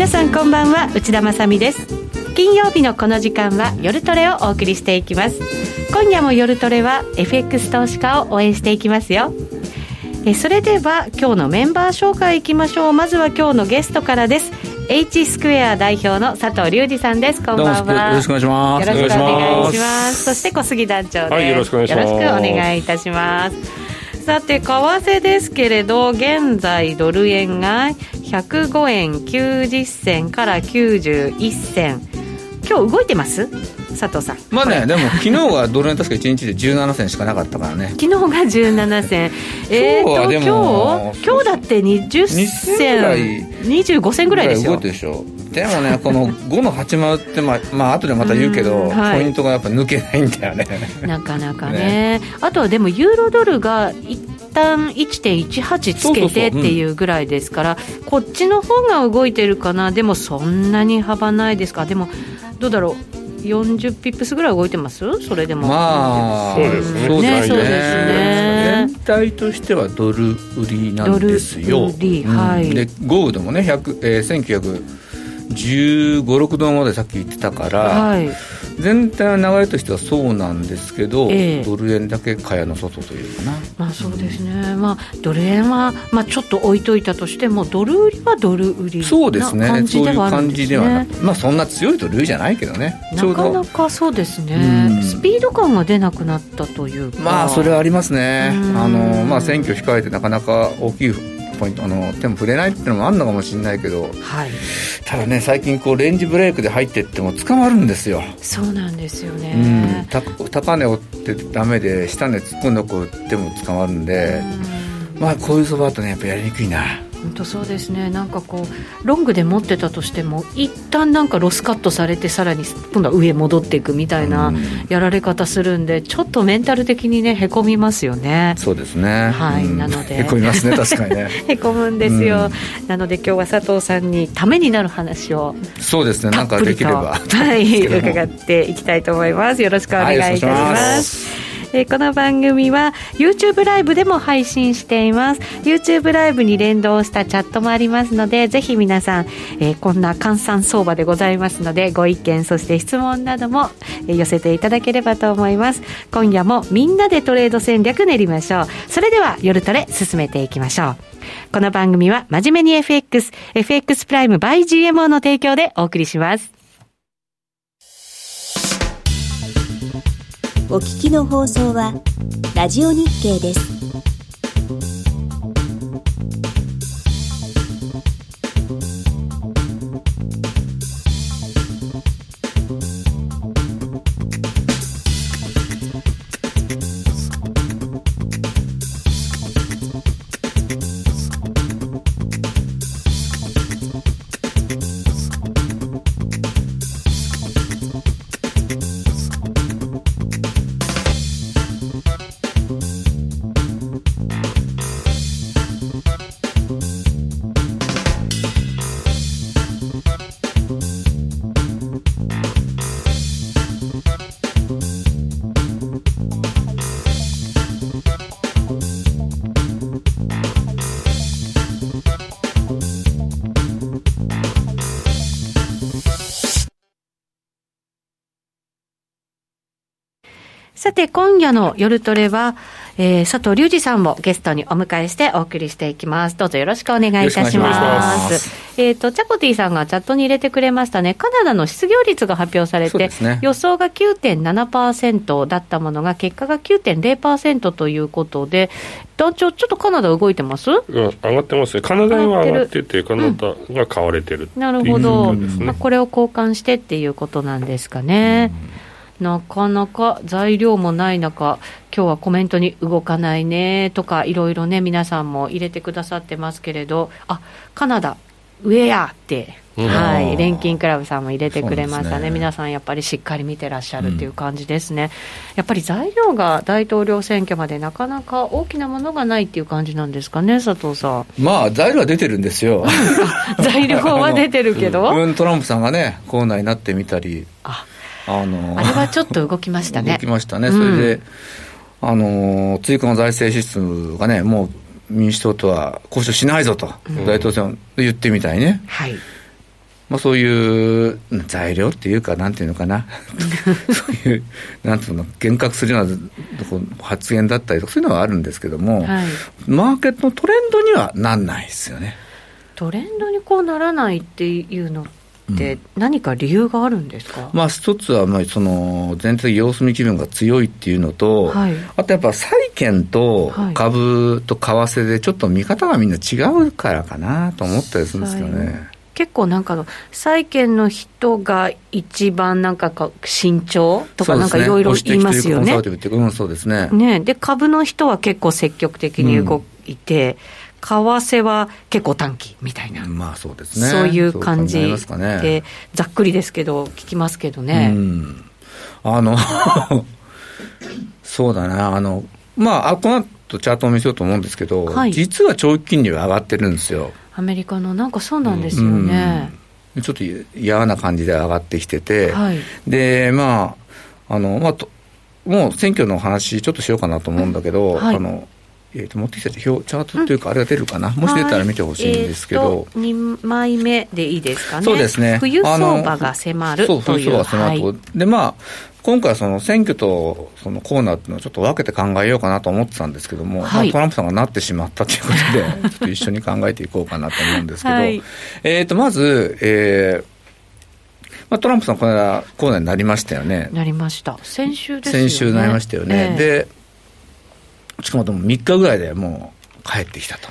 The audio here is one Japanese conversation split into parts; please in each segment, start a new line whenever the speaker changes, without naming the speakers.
間は内田まさみです金曜日のこの時間は夜トレをお送りしていきます今夜も夜トレは FX 投資家を応援していきますよえそれでは今日のメンバー紹介いきましょうまずは今日のゲストからです H スクエア代表の佐藤隆二さんですこん
どうも
ば
よ
んは
ろしくお願いします。
よろしくお願い
お願い
し
し
ま。
ます
そして小杉団長です、
はいよろしくお願いします
よろしくお願いいたします。さて為替ですけれど現在ドル円が105円90銭から91銭今日動いてます佐藤さん
まあね、でも昨日はドル円確か1日で17銭しかなかったからね。
昨日が17銭えー
今日は
と
で
今
も
日今日だって20
20ぐらい
銭25銭ぐらいです
動い
よ
てるでしょ。でもね、この5の8丸って、まあ、まあ、後でまた言うけ
うん
ど、
はい
ポイントがやっぱ抜けないんだ よね。
なかなかねあとはでもユーロドルが一旦1.18つけてっていうぐらいですからこっちの方が動いてるかなでもそんなに幅ないですかでもどうだろう40ピップスぐらい動いてますそれでも
まあ、
そうですね
ねそうですね
全体としてはドル売りな
ド
ん
ル
ですよ。
売りはい
うんで、ゴールドもね、100えー、1915、6度までさっき言ってたから、
はい
全体の流れとしてはそうなんですけど、
ええ
ドル円だけ蚊帳の外というかな。
まあそうですね、まあ、ドル円は、まあ、ちょっと置いといたとしてもドル売りはドル売りな
そうですね
感じ
そう
で
いう
はあるん
感
で
じ
す
ではな
ね
くまあそんな強いと類じゃないけどねちょ
な
う
か
ど
なかそうです
う
ね
ん
スピード感が出なくなったというか
まあそれはありますね
うん
あのまあ選挙控えてなかなか大きいポイントあの手も触れないっていうのもあるのかもしれないけど
はい
ただね最近こうレンジブレイクで入ってっても捕まるんですよ、
そうなんですよね、
うん、た高値を追ってダメで下値突っ込んでこう打っても捕まるんで、まあこういう相場だとねやっぱやりにくいな
本当そうですねなんかこうロングで持ってたとしても一旦なんかロスカットされてさらに今度は上戻っていくみたいな
うん
やられ方するんでちょっとメンタル的にねへこみますよね
そうですね
はい
うん
なので
へこみますね確か にね
へこむんですよ、なので今日は佐藤さんにためになる話を
そうですね
た
なん
っ
か
ぷ
で
り
き
と
れば
はい、伺っていきたいと思いますよろしくお願いいたし
はいよろしくお願いし
ま
ます
えーこの番組は YouTube ライブでも配信しています YouTube ライブに連動したチャットもありますのでぜひ皆さん、えーこんな換算相場でございますのでご意見そして質問なども、えー寄せていただければと思います今夜もみんなでトレード戦略練りましょうそれでは夜トレ進めていきましょうこの番組は真面目に FX FX プライム by GMO の提供でお送りします
お聞きの放送はラジオ日経です。
さて、今夜の夜トレは、えー佐藤隆二さんもゲストにお迎えしてお送りしていきます。どうぞよろしくお願いいたします。
よろしくお願いしま
えっ、と、チャコティさんがチャットに入れてくれましたね。カナダの失業率が発表され
そう
て、
ですね
予想が9.7%だったものが、結果が9.0%ということで、団長、ちょっとカナダ動いてます
うん上がってますねカナダ円は上がっててカナダが買われてるっていう
なるほど、
ことですね
まあ、これを交換してっていうことなんですかね。なかなか材料もない中、今日はコメントに動かないねとか、いろいろね、皆さんも入れてくださってますけれど、あカナダ、上やって、
うん
はい、
あー
錬金クラブさんも入れてくれまし
そう
た
なん
ね、
ですね
皆さん、やっぱりしっかり見てらっしゃるっていう感じですね、やっぱり材料が大統領選挙までなかなか大きなものがないっていう感じなんですかね、佐藤さ ん。
まあ材料は出てるんですよ
材料は出てるけ ど、
うん、トランプさんがね、コーナーになってみたり、
あ
あ の
あれはちょっと動きましたね
動。きましたね、
うん
それで、あの追加の財政支出がね、もう民主党とは交渉しないぞと、大統領選で言ってみたいね、
はい。
まあ、そういううん材料っていうか、なんていうの かな、そういう、なんていうの、幻覚するようなこう発言だったりとか、そういうのはあるんですけども、
はい、
マーケットのトレンドにはなんないですよね。
トレンドにこうならないっていうのって、何か理由があるんですか、
まあ、一つは、まあ、その、全体的に様子見気分が強いっていうのと、
はい
あとやっぱ債券と
はい
株と為替でちょっと見方がみんな違うからかなと思ったりするんですけどね。
結構なんかあの債券の人が一番なんかか慎重とかなんかいろいろ言いますよね
そうですね保守的というかコンサバティブというかうん、そうですね。
ねで株の人は結構積極的に動いて、為替は結構短期みたいな、
まあそうですね。
そういう感じ
そう考え
で
ますかね。
ざっくりですけど聞きますけど
う
ね、
ん、あの そうだな、あの、まあ、あこの後チャートを見せようと思うんですけど、
はい
実は長期金利は上がってるんですよ。
アメリカのなんかそうなんですよね、
うんちょっと嫌な感じで上がってきてて、
はい
で、まあ、あの、まあ、ともう選挙の話、ちょっとしようかなと思うんだけど、
うんはい
あの、えーと、持ってきた表、チャートというか、あれが出るかな、もし出たら見てほしいんですけど、
はいえーと2枚目でいいですかね
そうですね。
冬
あの
相場が迫ると
そ
いう
う、冬相場が迫ると。
はい
で、まあ、今回、その選挙とそのコーナーっていうのをちょっと分けて考えようかなと思ってたんですけども、
はい
まあトランプさんがなってしまったということ で、ちょっと一緒に考えていこうかなと思うんですけど、
はい
えっ、と、まず、えーまあ、トランプさん、この間、コーナーになりましたよね。
なりました先週ですよね
先週なりましたよね。
ええ
で、しかもでも3日ぐらいでもう帰ってきたと。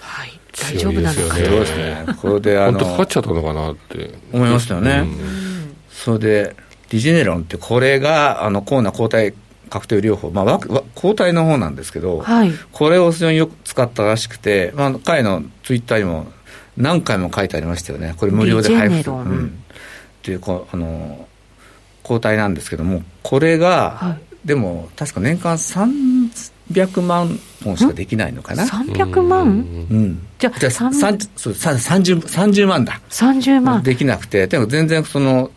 はい、大丈夫なのか
強いです
な
よねそうね
これで、あ
本
の
当、かかっちゃったのかなって
思いましたよね
うん
それで、ディジネロンって、これがあのコーナー抗体確定療法、まあ、わわ抗体の方なんですけど、
はい
これを非常によく使ったらしくて、まあ、会のツイッターにも何回も書いてありましたよね、これ無料で配布
ディ
す
ジ
る。
ネロン
うんっていうこうあの抗体なんですけども、これが、
は
でも、確か年間300万本しかできないのかな。
300万
うん、
じゃあ
じゃあ
三
三十そう三30 30万だ。
30万
できなくて、でも全然その、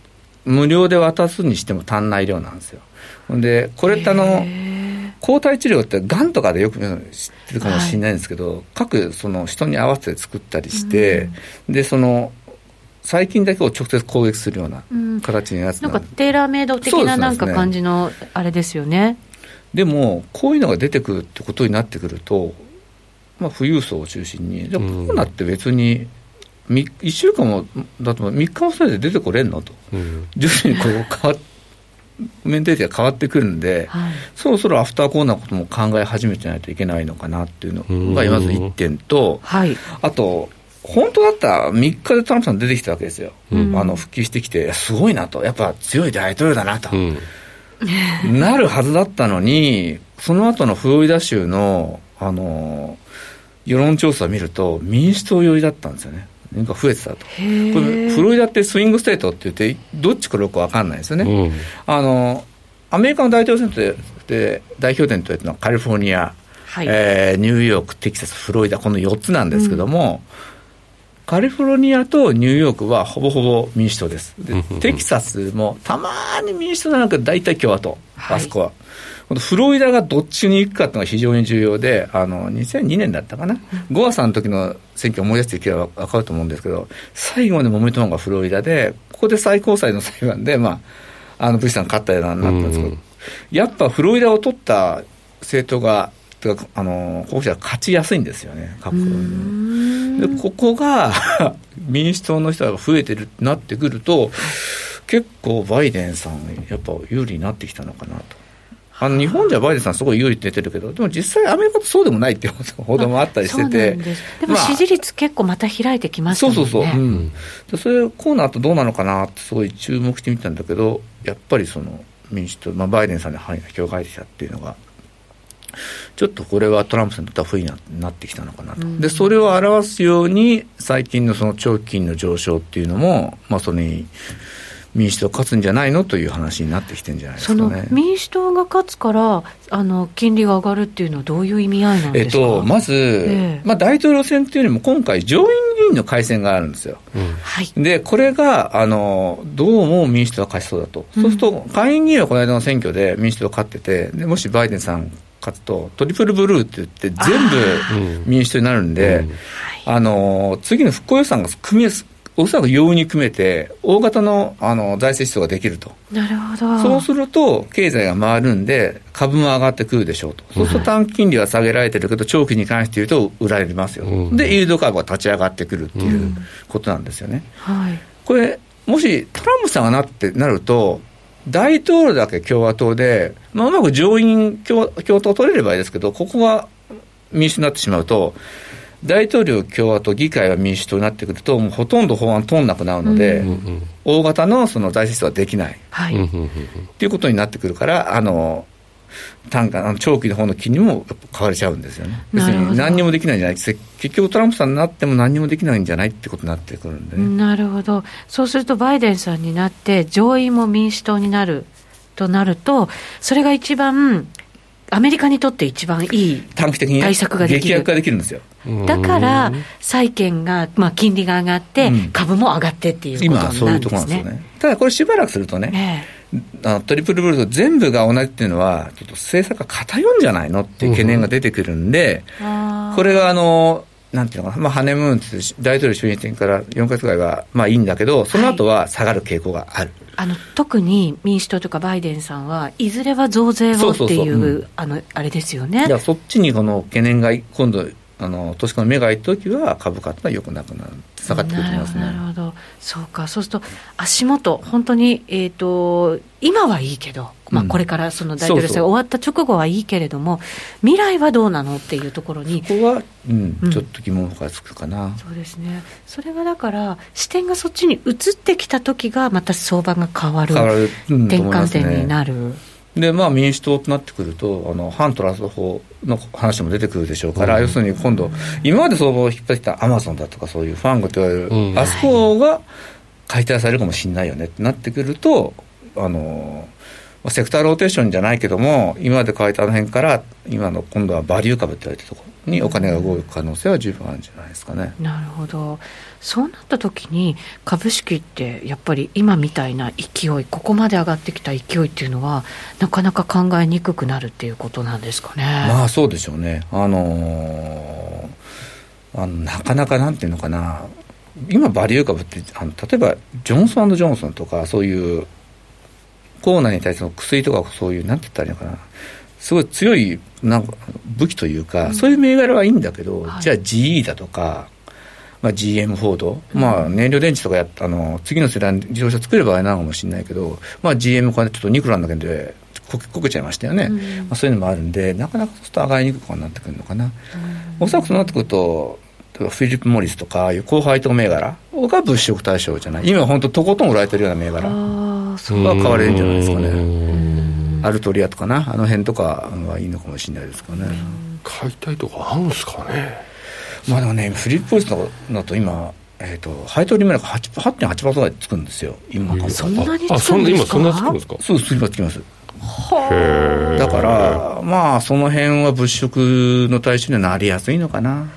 無料で渡すにしても足んない量なんですよ。ほんで、これってあの、抗体治療って、がんとかでよくうん知ってるかもしれないんですけど、各その人に合わせて作ったりして、で、その、細菌だけを直接攻撃するような
うん
形のやつ
な
なんん
か
で
テーラーメイド的
そうで
な
す
なんか感じのあれですよね
でも、こういうのが出てくるってことになってくると、まあ、富裕層を中心に、じゃあコ
うん
ロナって別に、1週間も、だと3日もそれで出てこれんのと。
うん
徐々にこう変わっメンテリティが変わってくるんで、
はい
そろそろアフターコーナーのことも考え始めてないといけないのかなっていうのが、
うん
まず1点と、
はい
あと、本当だったら3日でトランプさん出てきたわけですよ、
うん
あの復帰してきて、いやすごいなと、やっぱ強い大統領だなと、
うん
なるはずだったのに、その後のフロリダ州の、あの世論調査を見ると、民主党寄りだったんですよね、なんか増えてたと。
へー
これフロリダってスイングステートって言って、どっちかよく分かんないですよね、
うん
あのアメリカの大統領選挙で代表選というのはカリフォルニア、
はい
えーニューヨーク、テキサス、フロリダ、この4つなんですけども、カリフォルニアとニューヨークはほぼほぼ民主党です、で
うんうんうん
テキサスもたまに民主党なんか大体共和党、
はい
あそこは。このフロリダがどっちに行くかっていうのが非常に重要で、あの2002年だったかな、ゴアさんの時の選挙を思い出していけば分かると思うんですけど、最後まで揉めたのがフロリダで、ここで最高裁の裁判で、まあ、あのブシさん勝ったようななったんですけど、
うん
やっぱフロリダを取った政党が、てかあの候補者が勝ちやすいんですよね、各党でここが 民主党の人が増えてるなってくると、結構バイデンさん、やっぱ有利になってきたのかなと。あの日本じゃバイデンさん、すごい有利って出てるけど、でも実際、アメリカとそうでもないっていう報道もあったりして
そうな
て、
んですでも
まあ
支持率結構また開いてきましたも
そうん
ね
そうそう、う
うんん
でそれコーナーとどうなのかなってすごい注目してみたんだけどやっぱりその民主党、まあ、バイデンさんの範囲が広がってきたっていうのがちょっとこれはトランプさんにとっては不意ななってきたのかなと、
うん
でそれを表すように最近のその長期金の上昇っていうのも、まあ、それに民主党勝つんじゃないのという話になってきてるんじゃないです
そ
か
の
ね。
民主党が勝つからあの金利が上がるっていうのはどういう意味合いなん
え
で
っ
すか、
と、まず、
ええ
まあ、大統領選というよりも今回上院議員の改選があるんですよ。
うん
はい
で、これが、あの、どうも民主党が勝ちそうだと。そうすると、下院議員はこの間の選挙で民主党が勝ってて、でもしバイデンさん勝つと、トリプルブルーって言って、全部
うん
民主党になるんで、あの、次の復興予算が組みおそらく容易に組めて、大型のあの財政出動ができると。
なるほど。
そうすると、経済が回るんで、株も上がってくるでしょうと。そうすると短期金利は下げられてるけど、長期に関して言うと売られますよ。
うん
で、イールド株が立ち上がってくるっていうことなんですよね。
はい。
これ、もしトランプさんがなってなると、大統領だけ共和党で、まあ、うまく上院共共和党取れればいいですけど、ここが民主になってしまうと、大統領共和党、議会は民主党になってくると、もうほとんど法案通んなくなるので、
うんうん
大型のその財政出動はできない。
は
うんうん
い。
うんうん
っていうことになってくるから、あの単価、あの長期の方の金利もやっぱ買われちゃうんですよね、別
なるほ
に
ど
何にもできないんじゃない、せ結局トランプさんになっても何にもできないんじゃないってことになってくるんでね、
なるほど。そうするとバイデンさんになって上院も民主党になるとなると、それが一番アメリカにとって一番いい。
短期的に
対策ができる
劇薬ができるんですよ、
うんうん
だから債券がまあ金利が上がって
うん
株も上がってっていうこと
今はそうい
なん
うと
で
ころな
す
んです
ね
よ。ね。ただこれしばらくするとね、
ね
あのトリプルブルド全部が同じっていうのは、ちょっと政策が偏んじゃないのっていう懸念が出てくるんで、
えあー
これがあの、なんていうのかな、まあ、ハネムーンっていう大統領就任点から4ヶ月ぐらいはまあいいんだけど、その後は下がる傾向がある。
あの特に民主党とかバイデンさんはいずれは増税
そ
をっ
う
て
そうそう
いう
うん
あのあれですよ
だ
ね
からそっちにこの懸念が今度あの投資家の目が行った時は株価ってのは良くなくなる下がってくると思いますね
なるほどなるほどそうかそうすると足元本当にえっ、と今はいいけど、まあ、
うん
これからその大統領
そ
選
うそう
終わった直後はいいけれども未来はどうなのっていうところに
ここは、うん
うん
ちょっと疑問符がつくかな、
そうですねそれはだから視点がそっちに移ってきた時がまた相場が変わる
変わる、うん
転
と思いま
換
す
点に
ね
なる
でまあ民主党となってくるとあの反トラスト法の話も出てくるでしょうから、
うん
要するに今度今まで相場を引っ張ってきたアマゾンだとかそういうファングといわれる、
うん
あそこが解体されるかもしれないよねってなってくるとあのまあセクターローテーションじゃないけども今まで解体の辺から今の今度はバリュー株って言われてるところにお金が動く可能性は十分あるんじゃないですかね。
なるほどそうなった時に株式ってやっぱり今みたいな勢いここまで上がってきた勢いっていうのはなかなか考えにくくなるっていうことなんですかね、
まあそうでしょうね、あのーあのなかなかなんていうのかな、今、バリュー株って、あの例えばジョンソンジョンソンとか、そういうコロナに対しての薬とか、そういう、なんて言ったらいいのかな、すごい強いなんか武器というか、そういう銘柄はいいんだけど、
はい
じゃあ GE だとか、まあ、GM フォード、まあ、燃料電池とかやっあの次の世代の自動車作ればあれなのかもしれないけど、まあ、GM これちょっとニクロンだけでこけこけちゃいましたよね、
うん
まあ、そういうのもあるんでなかなかちょっと上がりにくくなってくるのかな、おそらくそうなってくると例えばフィリップ・モリスとかああいう後輩と銘柄が物色対象じゃない今本当とことん売られてるような銘柄
ああそう
は買われるんじゃないですかね
うん
アルトリアとかなあの辺とかはいいのかもしれないですかね、
解体とかあるんですかね
まあでもね、フリップポイストだと今、えっと配当利回りが8 8.8%ぐらいつくんですよ、今考えた
そんな
ら
につくんですか
あそんな今そんなつくんですか
そうです、今つきます。
へえ
だから、まあ、その辺は物色の対象にはなりやすいのかな。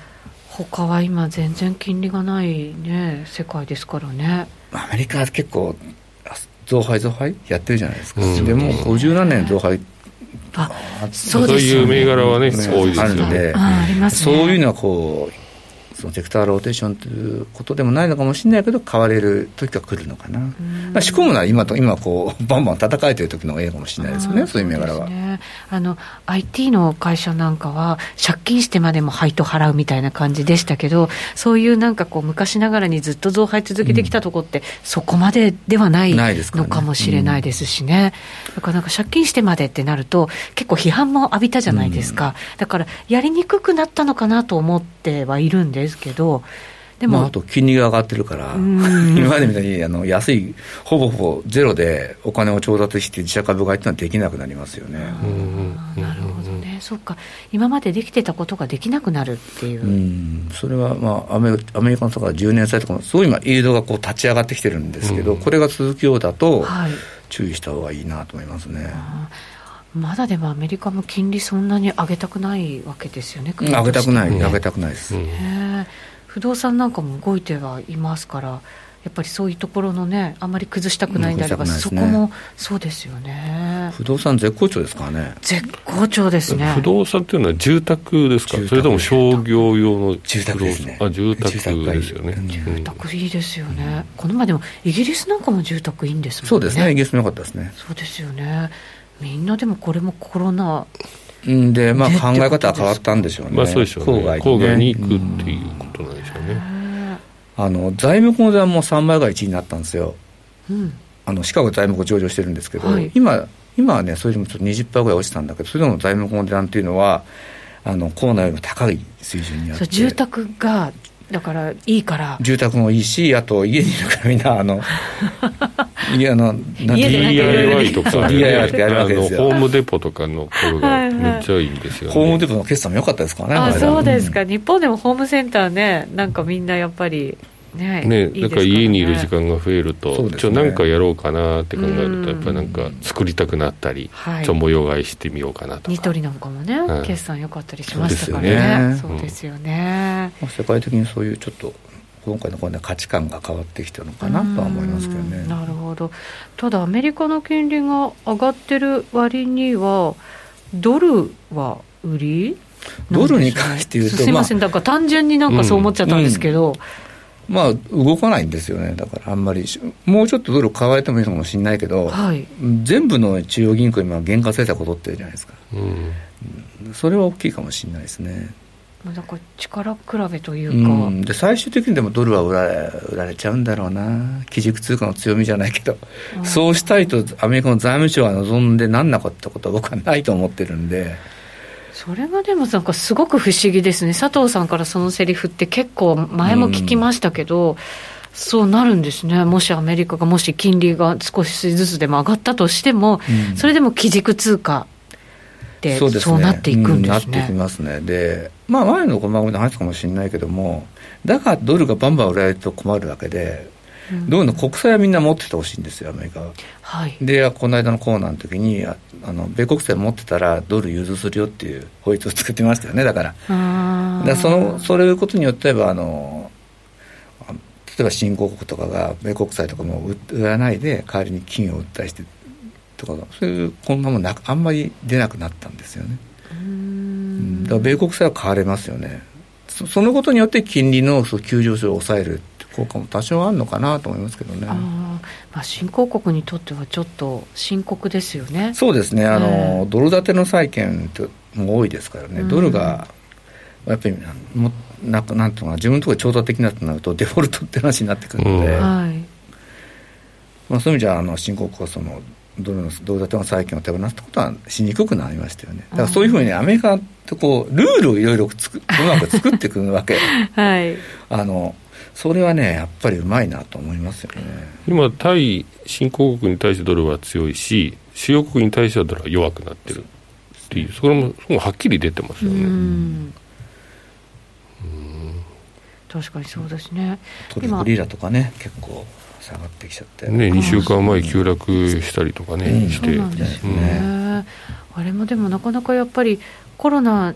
他は今全然金利がないね世界ですからね
アメリカは結構、あ増配増配やってるじゃないですか。
うん
でも、50何年増配
あ
あ
そうですよね
そういう銘柄はね多いですよね
あるんで、
ああります
そ
ね
ういうのはこう、そのセクターローテーションということでもないのかもしれないけど、買われる時が来るのかな、まあ、仕込むのは今と今こう、バンバン戦えてる時の方がいいかもしれないですよ
あ
ね、
ー
そういう銘柄
そ
は。
ですねあの IT の会社なんかは借金してまでも配当払うみたいな感じでしたけどそういうなんかこう昔ながらにずっと増配続けてきたとこって、そこまでではない
ないですから
の
ね
かもしれないですしねだからなんか借金してまでってなると結構批判も浴びたじゃないですか、だからやりにくくなったのかなと思ってはいるんですけどでも、
まあ、あと金利が上がってるから、
ん
今までみたいにあの安い、ほぼほぼゼロでお金を調達して自社株買いっていうのはできなくなりますよね。
うん
なるほどね、そっか今までできてたことができなくなるっていう
う。ん、それは、まあ、アメアメリカのとか10年債とかもすごい今、イールドがこう立ち上がってきてるんですけど、
うん
これが続くようだと、
はい
注意した方がいいなと思いますね。
まだでもアメリカも金利そんなに上げたくないわけですよね、
上げたくない、
うん
上げたくないです。
うん
ね不動産なんかも動いてはいますから、やっぱりそういうところのね、あんまり崩したくないんであれば、
うん崩
そ
した
こ
くないですね
もそうですよね。ね
不動産絶好調ですからね
絶好調ですね
不動産っていうのは住宅ですか
住宅
それとも商業用の
住宅ですね
不動産あ住宅
住宅がいい
ですよね、
うん
住宅いいですよね、この前でもイギリスなんかも住宅いいんですもんね
そうですねイギリスも良かったですね
そうですよねみんなでもこれもコロナ
うんでまあ
で
考え方は変わったんでしょうね、
まあそうでしょうね
郊外にね
郊外に行くっていうことなんでしょうね、
あの財務口座はもう3倍が1位になったんですよ
うん
あのシカゴ財務庫上場してるんですけど、
はい
今今はねそれでもちょっと20%ぐらい落ちたんだけどそれでも財務庫の値段っていうのはあのコロナよりも高い水準にあっ
そ
て
う住宅がだからいいから
住宅もいいしあと家にいるからみんなあの家あのなん
家でなんかいろいろ
DIY と
そう
か、
DIY とかやるわけです
あの
よ
ホームデポとかの頃
は
が
いはい
めっちゃいいんですよね。
ホームデポの決算も良かったですからね
あ
これは
そうですか、
ん
日本でもホームセンターねなんかみんなやっぱりね
ね、
いい
だから家にいる時間が増える
そう
と、
ですね
ちょなんかやろうかなって考える
うん
と、やっぱりなんか作りたくなったり、
はい
ちょ模様替えしてみようかなと
ニ
か。
トリなんかもね、
はい
決算良かったりしましたからねそ
そうう
ですよね、
まあ世界的にそういうちょっと今回のこれね価値観が変わってきたのかなとは思いますけど
う
ね
んなるほどただアメリカの金利が上がってる割にはドルは売り
ドルに関して言うと
すいません、だから単純になんかそう思っちゃったんですけど、
まあ動かないんですよねだからあんまりしもうちょっとドル買われてもいいのかもしれないけど、
はい
全部の中央銀行今原価政策を取ってるじゃないですか
うん
それは大きいかもしれないですね、
まあなんか力比べといううか、
ん、で最終的にでもドルは売られ売られちゃうんだろうな基軸通貨の強みじゃないけど
うん
そうしたいとアメリカの財務省が望んでなんなかったことは僕はないと思ってるんで
それがでもなんかすごく不思議ですね佐藤さんからそのセリフって結構前も聞きましたけど、そうなるんですねもしアメリカがもし金利が少しずつでも上がったとしても、
うん
それでも基軸通貨でそう
ですね
なっていくんです
うなっていき
ね。
ますねでまあ前の駒組みの話かもしれないけどもだからドルがバンバン売られると困るわけで
うん
ドルの国債はみんな持っててほしいんですよアメリカは
はい、
でこの間のコーナーの時にああの米国債持ってたらドル融通するよっていう法律を作ってましたよねだから
あー
だからそのそういうことによってはあのあ例えば新興国とかが米国債とかも売売らないで代わりに金を売ったりしてとかそういうこんなもんなくあんまり出なくなったんですよね
うー
うん
ん
だから米国債は買われますよねそそのことによって金利のそう急上昇を抑えるって効果も多少あるのかなと思いますけどね
あーまあ、新興国にとってはちょっと深刻ですよね。
そうですね、あの
うん
ドル建ての債券っても多いですからね、
うん
ドルがやっぱりもなんかなんていうのかな自分のところで調達できなくなると、デフォルトって話になってくるので、
うん
はい、
まあ、そういう意味じゃあの、新興国はそのドルのドル建ての債券を手放すってことはしにくくなりましたよね、だからそういうふうにねアメリカってこうルールをいろいろつくうまく作ってくるわけ
はい、
あの、それはね、やっぱりうまいなと思いますよね。
今、対新興国に対してドルは強いし、主要国に対してはドルは弱くなってるっていう、それもそこもはっきり出てますよ
う
ね。
ん確かにそうですね。
トリプリーラとかね、結構下がってきちゃって。
ね、2週間前急落したりとか
うん
ね、し
そう
て
な。んですよ
うん
ね。あれもでもなかなかやっぱりコロナ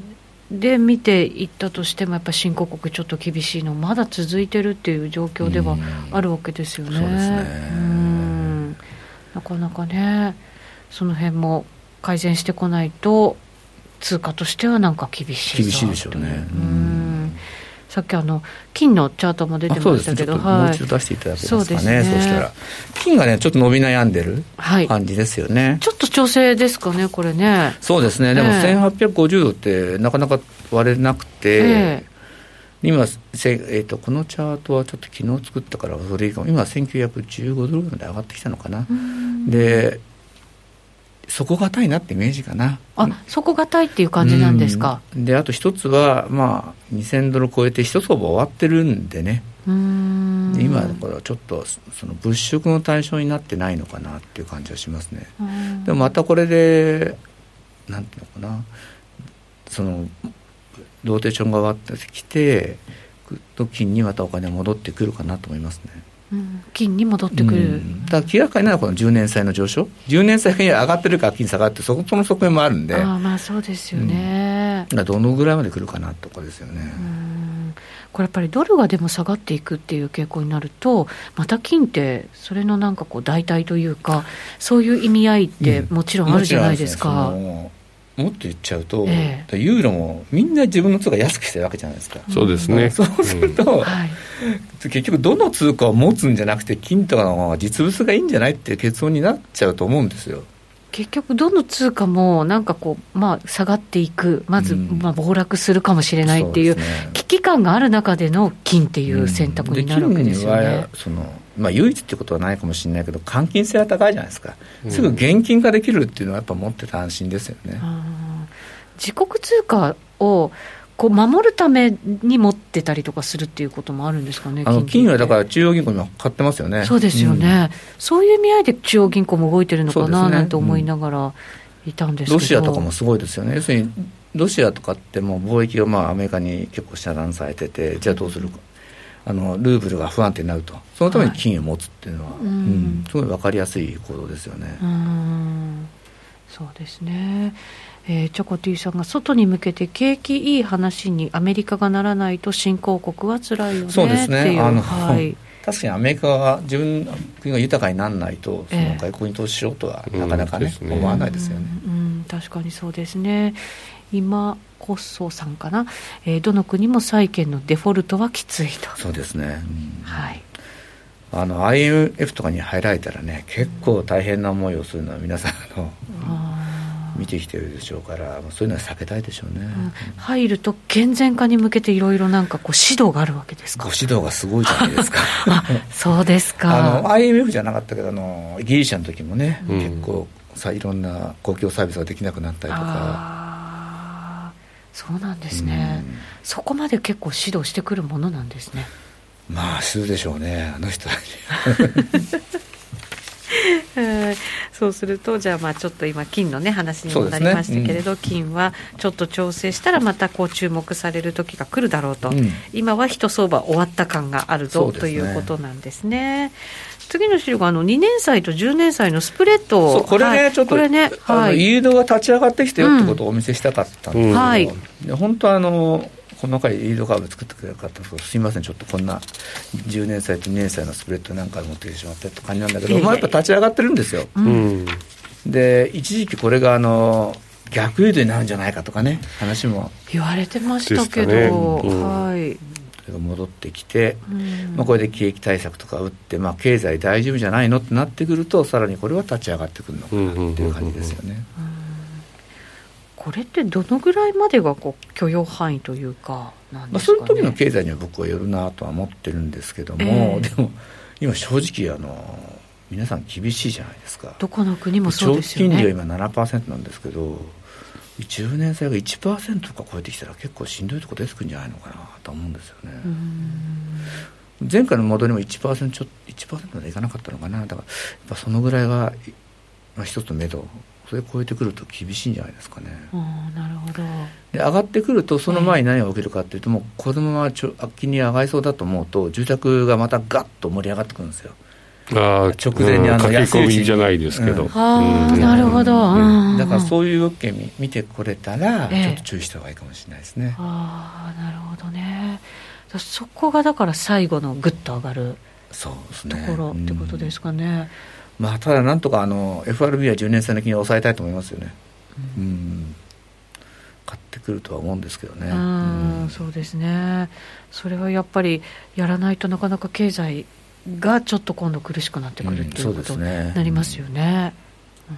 で見ていったとしてもやっぱ新興国ちょっと厳しいのまだ続いてるっていう状況ではあるわけですよね。
そうですね
うんなかなかねその辺も改善してこないと通貨としてはなんか厳しいぞ
厳しいでしょうね
という
うん
んさっきあの金のチャートも出て
あそう
ま
で
し
す
たけ
ねち
ど
ょっともう
は
一
い
度出していただけます
そうで
か
す
ね
ね
そうしたら金がねちょっと伸び悩んでる
はい
感じですよね、
ちょっと調整ですかねこれね。
そうですねでも
ええ
1850度ってなかなか割れなくて、
ええ
今せ、えー、とこのチャートはちょっと昨日作ったからそれ以降今1915ドルまで上がってきたのかな、で底堅いなってイメージかな
あ底堅いっていう感じなんですか。
うんであと一つはまあ2000ドル超えて一相場終わってるんでね
うーん
で今だからちょっとそその物色の対象になってないのかなっていう感じはしますね
うん
でもまたこれでなんていうのかなそのローテーションが終わってきて時にまたお金戻ってくるかなと思いますね
うん金に戻ってくる、
うんだから明らかになるのはこの10年債の上昇10年債が上がってるか金下がってそこその側面もあるんでだ
あ
か
あまあそうですよね、
らどのぐらいまで来るかなとかですよね、
うんこれやっぱりドルがでも下がっていくっていう傾向になると、また金って、それのなんかこう、代替というか、そういう意味合いって
うん
もちろんあるじゃないですか。
もちろんあるんですねそのもっと言っちゃうと、
え
ユーロもみんな自分の通貨安くしてるわけじゃないですか。
そうですね。
そうすると、
はい、
結局どの通貨を持つんじゃなくて金とかの方が実物がいいんじゃないっていう結論になっちゃうと思うんですよ。
結局、どの通貨もなんかこう、まあ、下がっていく、まず、
うん
まあ、暴落するかもしれないっていう
そですね
危機感がある中での金っていう選択になるわけですよ
金に
ね
は。そのまあ、唯一ってことはないかもしれないけど、換金性は高いじゃないですか、
うん
すぐ現金化できるっていうのは、やっぱ持ってた安心ですよね。
あー自国通貨をこう守るために持ってたりとかするっていうこともあるんですかね、
あの
って
金はだから中央銀行にも買ってますよね。
そうですよ
うん
ね、そういう意味合いで中央銀行も動いてるのか
そうです
な
ね
なんて思いながらいたんですけど、
ロシアとかもすごいですよね。要するにロシアとかってもう貿易がまあアメリカに結構遮断されてて、じゃあどうするか。あのルーブルが不安定になると、そのために金を持つっていうのは、
いうん
うんすごい分かりやすい行動ですよね。
うーんそうですね、えーチョコ T さんが外に向けて景気いい話にアメリカがならないと新興国は辛いよね
そうですね
っていう
あの
はい、
確かにアメリカは自分の国が豊かにならないと、そ
え
の
え
外国に投資しようとはなかなかね、
うんですね
思わないですよね。
うん、うん確かにそうですね。今こそさんかな、えーどの国も債券のデフォルトはきついと。
そうですね、うん
はい。
あの IMF とかに入られたらね、結構大変な思いをするのは皆さんあの
あー
見てきてるでしょうから、まあそういうのは避けたいでしょう
う
ね。
ん入ると健全化に向けていろいろなんかこう指導があるわけです
ご
か。
指導がすごいじゃないですか。
あ、そうです
あの
か。
IMF じゃなかったけどあのギリシャの時もね、
うん
結構さいろんな公共サービスができなくなったりとか
あーそうなんですね、
うん
そこまで結構指導してくるものなんですね。
まあするでしょうねあの人は
えーそうすると、じゃあ、まあちょっと今、金の、ね、話にもなり
そう
ま
で
し
す
た
ね
けれど、金はちょっと調整したら、またこう注目される時が来るだろうと、
うん
今は一相場終わった感があるぞ、
そうです
と
ね
いうことなんですね。次の資料があの2年債と10年債のスプレッドを
そうこれね、
はい
ちょっ
こ
と
れね、
あの
はい
イールドが立ち上がってきたよってことをお見せしたかったんですけど、
うん
はい
で本当はあのこの回イールドカーブ作ってくれなかったんですけどすいませんちょっとこんな10年債と2年債のスプレッドなんか持ってきてしまってって感じなんだけ
いえ
ど、
いえ
まあ、やっぱ立ち上がってるんですよ
うん。
で一時期これがあの逆誘導になるんじゃないかとかね話も
言われてましたけど、
ですかねうん
はい、
戻ってきて、
うん
まあ、これで景気対策とか打って、まあ、経済大丈夫じゃないのってなってくるとさらにこれは立ち上がってくるのかなっていう感じですよね。
これってどのぐらいまでがこう許容範囲というかなん
ま
で
あ、そ
す
の
か、
時
ね
の経済には僕はよるなとは思ってるんですけども、
ええ
でも今正直あの皆さん厳しいじゃないですか
どこの国もそう
長
で
期
すよ
金利は
ね。
今7%なんですけど10年債が1%とか超えてきたら結構しんどいとこ出てくるんじゃないのかなと思うんですよね、
うん
前回の戻りも1%ちょっと1%までいかなかったのかなだからやっぱそのぐらいは、まあ、一つの目処それを超えてくると厳しいんじゃないですかね
ああなるほど。
で上がってくるとその前に何が起きるかっていうともうこのままちょ金利上がりそうだと思うと住宅がまたガッと盛り上がってくるんですよ
あー
直前にあの
うん駆け
安
込
いうち
み
に
じゃないですけど。
うん
ああ、
うん
なるほど。
うん
うん
だからそういう動きを見見てこれたら
ええ
ちょっと注意した方がいいかもしれないですね、
ああ、なるほどね。だそこがだから最後のぐっと上がる
そうです
と
ね
ころってことです
うん
かね。
まあただなんとかあの FRB は10年債の金利を抑えたいと思いますよねうん、買ってくるとは思うんですけどね
うん、
うん
そうですね。それはやっぱりやらないとなかなか経済がちょっと今度苦しくなってくるっていうことになりますよね。うん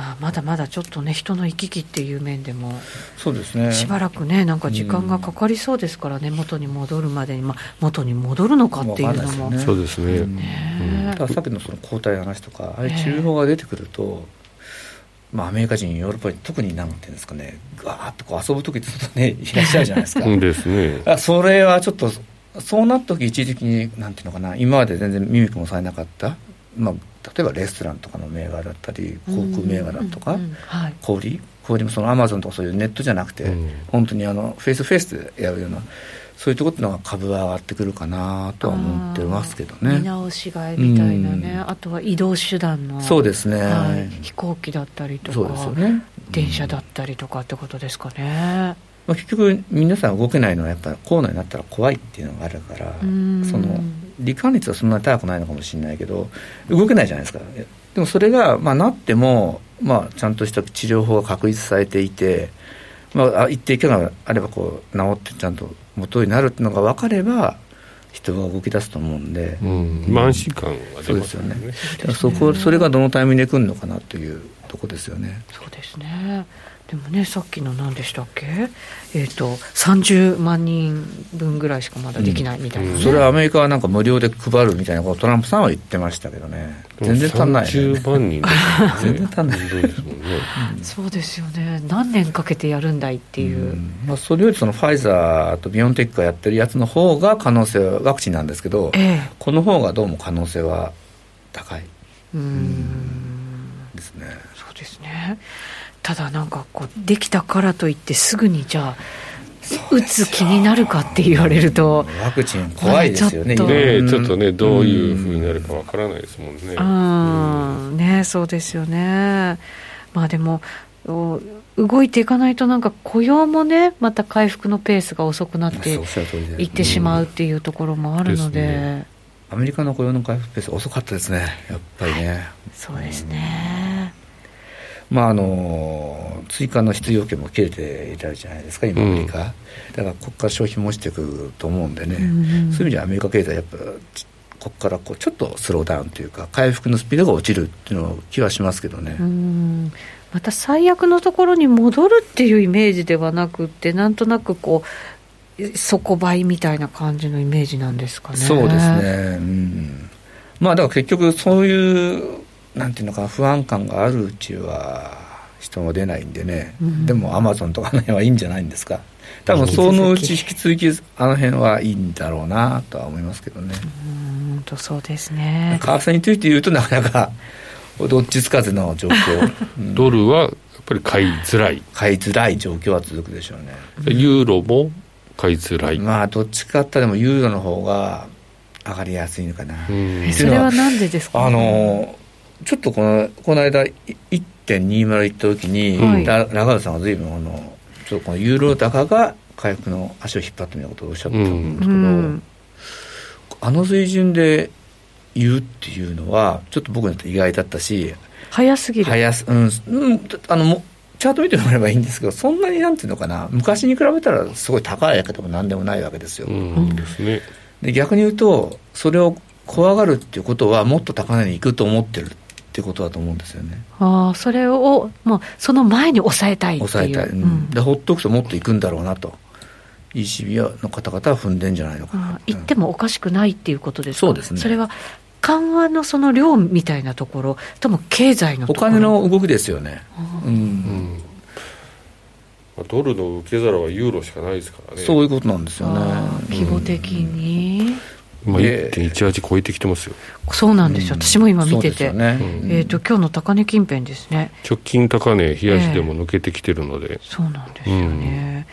まあ、まだまだちょっとね人の行き来っていう面でも
そうですね
しばらくね、なんか時間がかかりそうですからね、元に戻るまでに、まあ、元に戻るのかっていうのも、
わかんないですよね
そうですね。
うん
ね
たださっきのその交代の話とかあれ
ええ
中央が出てくると、まあ、アメリカ人ヨーロッパ人特になんていうんですかねガーッとこう遊ぶ時ってちょっとねいらっしゃるじゃないですか
うんですね。
あそれはちょっとそうなった時一時的になんていうのかな今まで全然耳くもされなかった、まあ、例えばレストランとかの銘柄だったり航空銘柄とか、
うんうんうんはい
小売り小売りもそのアマゾンとかそういうネットじゃなくて、
うん
本当にあのフェイスフェイスでやるようなそういうとこってのが株は上がってくるかなとは思ってますけど
あー見
ね
直しがいみたいなね、
うん
あとは移動手段の
そうですね、
はい、飛行機だったりとか
そうですよね
電車だったりとかってことですかね、
まあ、結局皆さん動けないのはやっぱコロナになったら怖いっていうのがあるからそ
ん
の罹患率はそんなに高くないのかもしれないけど動けないじゃないですかでもそれが、まあ、なっても、まあ、ちゃんとした治療法が確立されていて、まああ、一定期間があればこう治ってちゃんと元になるっていうのが分かれば人が動き出すと思うんで、
うん、まあ安心感が出
そう
ま
です
す
よ
よ
ね
ね。
だからそこそれがどのタイミングで来るのかなというとこですよね。
そうですね。でもね、さっきの何でしたっけえっ、と、30万人分ぐらいしかまだできないみたいなね、
うん
それはアメリカはなんか無料で配るみたいなことをトランプさんは言ってましたけどね全然足んないよね、
30万人だからね
全然足んない
本当ですもんね。
そうですよね。何年かけてやるんだいっていう。
うんまあ、それよりそのファイザーとビオンテックがやってるやつの方が可能性はワクチンなんですけど
ええ。
この方がどうも可能性は高い
うん
ですね
そうですね。ただなんかこうできたからといってすぐにじゃあ打つ気になるかって言われると、
ワクチン怖いですよね
これ
ね
う
えちょっとねどういうふうになる
か
かわからないですもんね。
うん、ねそうですよね。まあでもお動いていかないとなんか雇用もねまた回復のペースが遅くなって
おっしゃる通りで
いってしまうっていうところもあるので、
うんで
アメリカの雇用の回復ペース遅かったですねやっぱりね、
そうですね。
まあ、あの追加の必要件も切れていたじゃないですか、今、アメリカ、だからここから消費も落ちてくると思うんでね、
うん
そういう意味ではアメリカ経済、やっぱちここからこうちょっとスローダウンというか、回復のスピードが落ちるっていうの気はしますけどね、
うんまた最悪のところに戻るっていうイメージではなくってなんとなくこう底倍みたいな感じのイメージなんですかね。
そうですね、うん、まあだから結局、そういう、なんていうのかな、不安感があるうちは、人も出ないんでね、
うん
でもアマゾンとかの辺はいいんじゃないんですか。多分そのうち引き続きあの辺はいいんだろうなとは思いますけどね。
うん。本当そうですね。
為替について言うとなかなかどっちつかずの状況、うん
ドルはやっぱり買いづらい。
買いづらい状況は続くでしょうね、
ユーロも買いづらい。
まあどっちかって言ったらでもユーロの方が上がりやすいのかな、
うん
えそれはなんでですか。
あのーちょっとこのこの間い1.20行った時に、
はい
ララガードさんが随分あのちょっとこのユーロ高が回復の足を引っ張ってみたいなことをおっしゃってたんです
う
けど、
ん、
あの水準で言うっていうのはちょっと僕にとって意外だったし
早すぎる。
早す、うん、うん、あの、もチャート見てもらえばいいんですけど、そんなになんていうのかな、昔に比べたらすごい高いわけでもなんでもないわけですよ。
うんですね。
で逆に言うと、それを怖がるっていうことは、もっと高値に行くと思ってるってことだと思うんですよね、
ああそれをもうその前に抑えたいっていう。
抑えたい、うん
うん
で、ほっとくともっと行くんだろうなと、ECB の方々は踏んでんじゃないのか
あ
な
あ。言ってもおかしくないっていうことですか。
そうですね
それは緩和のその量みたいなところとも経済の
お
ところ
金の動きですよね。う
うんんまあドルの受け皿はユーロしかないですからね。
そういうことなんですよね
あ。ー規模的に、
まあ
で
1.18超えてきてますよ。
そうなんですよ、私も今
そ
見
う
て
です
て、
よね
うん
えっ、と今日の高値近辺ですね
直近高値冷やしでも抜けてきてるので、
そうなんですよね、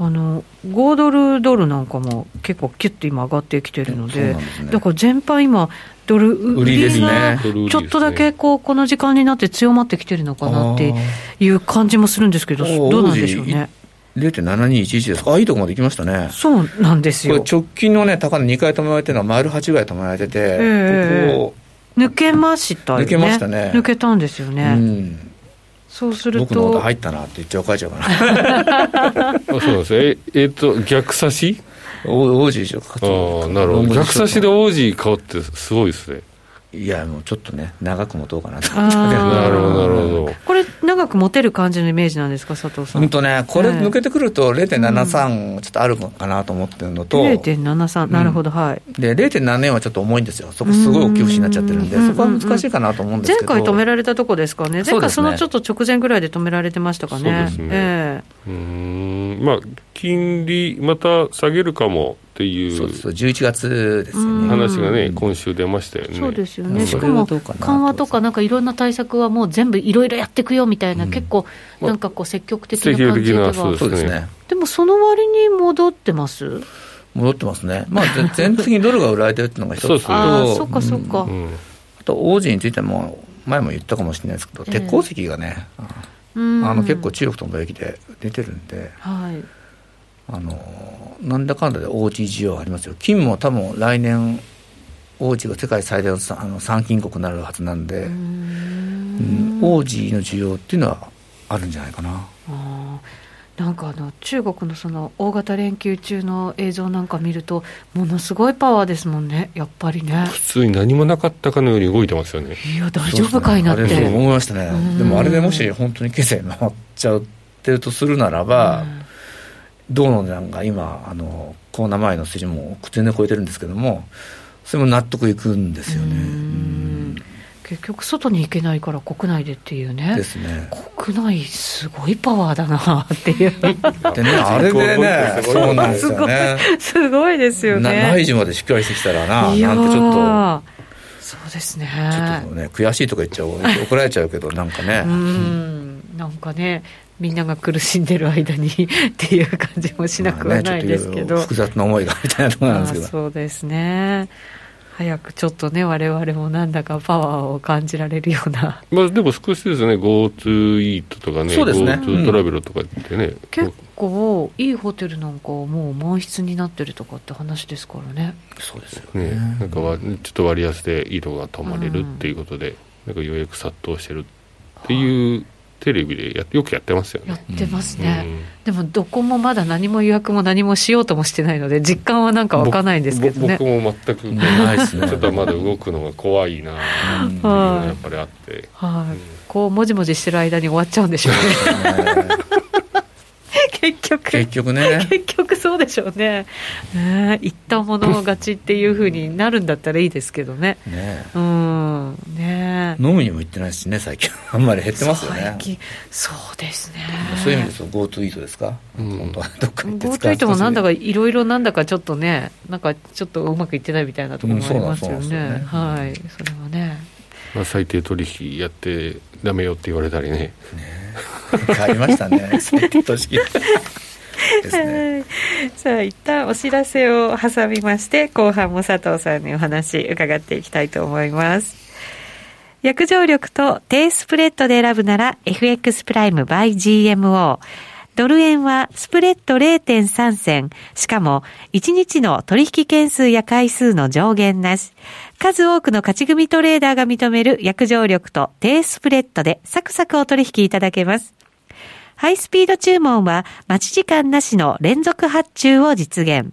あの5ドルドルなんかも結構キュッと今上がってきてるの
そう
で
なんですね
だから全般今ドル売
売りですね
売りがちょっとだけこうこの時間になって強まってきてるのかなって
あー
いう感じもするんですけど
おー
どうなんでしょうね
0.7211ですか。あ、いいとこまで行きましたね。
そうなんです
これ
よ
直近のね、高値2回止められてるのは丸8ぐらい止められてて、
ええ
こ
抜けましたよね
抜けましたね
抜けたんですよ
こ、
ね、
うん、
そうすると
僕のこと入ったなって言っちゃおうかいちゃうか な。
あそうなんですねええっと逆差し
お王子でしょか。
ああなるほど逆差しで王子買うってすごいですね
いや、もうちょっとね、長くもどうかなと思ったけど。
あー
なるほどなるほど
これ長く持てる感じのイメージなんですか佐藤さ
ほん
ん
とね、これ
ええ
抜けてくると0.73ちょっとあるのかなと思ってるのと、
0.73なるほど、はい
で、0.74はちょっと重いんですよ。そこすごい大きい節になっちゃってるんで、
うん
そこは難しいかなと思うんで
前
すけど。
回止められたとこですかね前
そうで
回
す
そ
ね
のちょっと直前ぐらいで止められてましたかね
そうですね
え
うーんまあ金利また下げるかもってい
そう
う
そう、11月ですよね。
話がね今週出ましたよ
え
ね
そうですよ
う
ね、
ん
しか
それは
も
どうかなと
緩和とか、なんかいろんな対策はもう全部いろいろやっていくよみたいな、結構、なんかこう、積極的な感じで
積極的なそう
は、
で
そうです
ね
ね。
でもその割に戻ってます、
戻ってますね、まあ、ぜ 全体的にドルが売られてるっていうのが一つ
そう
と、
ですね
ああ、そっかそっ
うん
か、
うん
あと、王子についても、前も言ったかもしれないですけど、
ええ
鉄鉱石がね、
うん
あの結構、中国との貿易で出てるんで、
はい、
あのなんだかんだで大地需要ありますよ、金も多分来年、大地が世界最大の産あの産金国になるはずなんで、うん、大地の需要っていうのはあるんじゃないかな。
あーなんかあの中国のその大型連休中の映像なんか見るとものすごいパワーですもんねやっぱりね
普通に何もなかったかのように動いてますよね。
いや大丈夫かいなっ
そうですねあれそう
て
思いましたね
うん。
でもあれでもし本当に経済回っちゃってるとするならば、銅の値段が今、あの、コロナ前の数字も全然超えてるんですけども、それも納得いくんですよね。
う
うんん
結局外に行けないから国内でっていうね
ですね。
国内すごいパワーだなっていう
でね、あれでね、
そう
そうなんですよね。
すごいですよ
な
ね
内需までしっかりしてきたらな、な
い
んてち
やー
ょっと、
そうですね
ちょっとね、悔しいとか言っちゃう、怒られちゃうけど、なんかね
う。んなんかねみんなが苦しんでる間にっていう感じもしなくは
まあ
な
ね
いですけ
ちょ
ど、
っといろいろ複雑な思いがみたいなところなんですけ
あ
ど
ー。そうですね早くちょっとね我々もなんだかパワーを感じられるような
まあでも少しずつね、GoTo イートとかね、
そうですね
GoTo トラベルとかってね、
結構いいホテルなんかはもう満室になってるとかって話ですからね
そうですよ
ね、なんかわちょっと割安でいいとこが泊まれる
うん
っていうことで、なんか予約殺到してるっていうテレビでやよくやってますよ
やっ
ね。
てますね、でもどこもまだ何も予約も何もしようともしてないので実感はなんか
うん
わかんないんですけどね
ぼ僕も全く
ないですね
ちょっとまだ動くのが怖いなっていうのがやっぱりあって。
は
うん
い、こうもじもじしてる間に終わっちゃうんでしょうね 結局
結局ね、
結局そうでしょうねねえ行ったもの勝ちっていうふうになるんだったらいいですけどね
ね
うんねえ
飲みにも行ってないしね、最近、 あんまり減ってますよね
最。近そうですね
そういう意味ですと、GoTo イートですか、
うん
本当はどっか行って
ゴー
使
トイートもなんだ
か、
かいろいろなんだかちょっとね、なんかちょっとうまくいってないみたいなところもありますよ
うんそうなん
ね。
ですそうな
はい、それはね。
まあ、最低取引やってダメよって言われたりね
変わりまし たね、最近年金ですね。
はいさあ一旦お知らせを挟みまして後半も佐藤さんにお話伺っていきたいと思います約定力と低スプレッドで選ぶなら FX プライム by GMO ドル円はスプレッド0.3銭。しかも1日の取引件数や回数の上限なし。数多くの勝ち組トレーダーが認める約定力と低スプレッドでサクサクお取引いただけます。ハイスピード注文は待ち時間なしの連続発注を実現。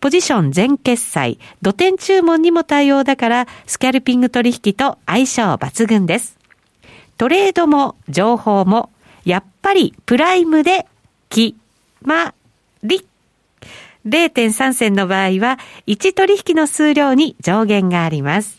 ポジション全決済、土点注文にも対応だから、スキャルピング取引と相性抜群です。トレードも情報も、やっぱりプライムで、決まり。0.3銭の場合は、1取引の数量に上限があります。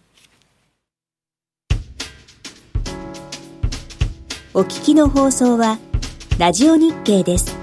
お聞きの放送はラジオ日経です。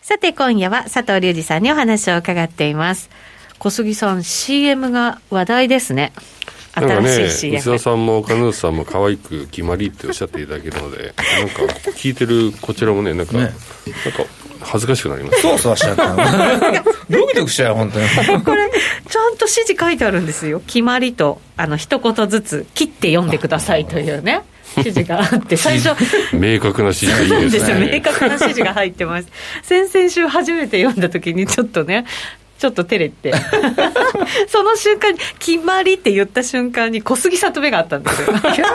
さて今夜は佐藤隆二さんにお話を伺っています小杉さん CM が話題ですね
なんかね
新しい
内
CM、
田さんもカヌーさんも可愛く決まりっておっしゃっていただけるのでなんか聞いてるこちらもねなんか
ね
なんか恥ずかしくなります
そわそわしちゃ ったのドキドキしちゃうよ本当に
これちゃんと指示書いてあるんですよ決まりとあの一言ずつ切って読んでくださいというね指示が あって最初
明確な指示
そ
いうい
で
ですす
よ、
ね
明確な指示が入ってます。先々週初めて読んだ時にちょっとね、ちょっと照れ て。その瞬間に、決まりって言った瞬間に小杉さんと目があったんですよ。それがね、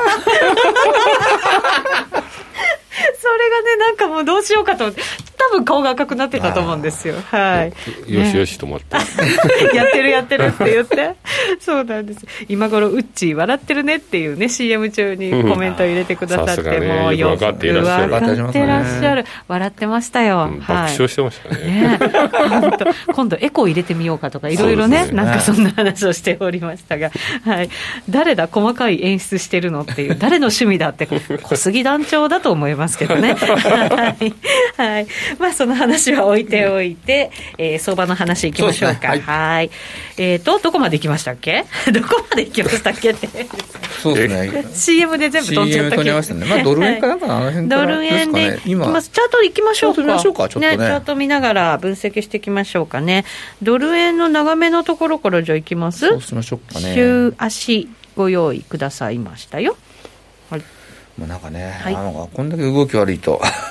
なんかもうどうしようかと思って、多分顔が赤くなってたと思うんですよ。はい。
よしよしと思って、
やってるやってるって言ってそうなんです今頃ウッチー笑ってるねっていうね CM 中にコメントを入れてくださって、
うんさすがね
もう
よくわかっていらっしゃる
わかってらっしゃる笑ってましたよ、
うん爆
はい
笑してましたね
ねえ、ほんと今度エコー入れてみようかとかいろいろね
そうですね
なんかそんな話をしておりましたが、はい、誰だ細かい演出してるのっていう誰の趣味だって小杉団長だと思いますけどねはい、はい、まあその話は置いておいて、えー相場の話いきましょうか
そうですね
はいえっ、とどこまで行きましたっけ どこまで行きましたっけって
そうですね
CM で全部飛んじゃ
CM
った
取
け
りましたねまあドル円かなんかあの辺か
ド
ら
ル
で
円
すか
で
ね
いき
今
ますチャート行きましょうか
チャート見ましょうかちょっとね
チャート見ながら分析していきましょうかねドル円の長めのところからじゃあいきます
そうしましょうかね
週足ご用意くださいましたよはい
もうなんかね、
はい
なんかこんだけ動き悪いと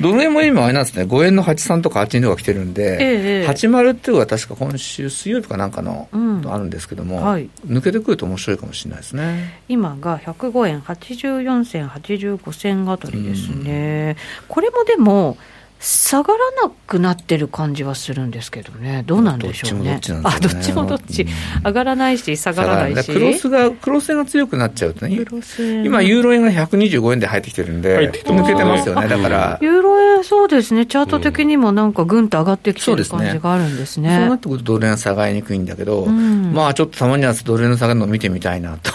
ドル円も今あれなんですね5円の83とか82が来てるんで、
ええ
80っていうのが確か今週水曜日かなんかの、
うん
あるんですけども、
はい
抜けてくると面白いかもしれないですね
今が105円84銭85銭あたりですねこれもでも下がらなくなってる感じはするんですけどねどうなんでしょうね
どっちもどっちなん
あ
で
ど
すよね
っちもどっち
うん
上がらないし下がらないし
クロスがクロス円が強くなっちゃうとね
クロス円
今ユーロ円が125円で入ってきてるんで
入ってきて
ます
抜
ね
けてますよねだから、
ユーロ円、そうですね、チャート的にもなんかぐんと上がってきて
そう
る
ですね
感じがあるんです
そう
ね。
なってくるとドル円は下がりにくいんだけど、
うん
まあちょっとたまにはドル円の下がるのを見てみた いなと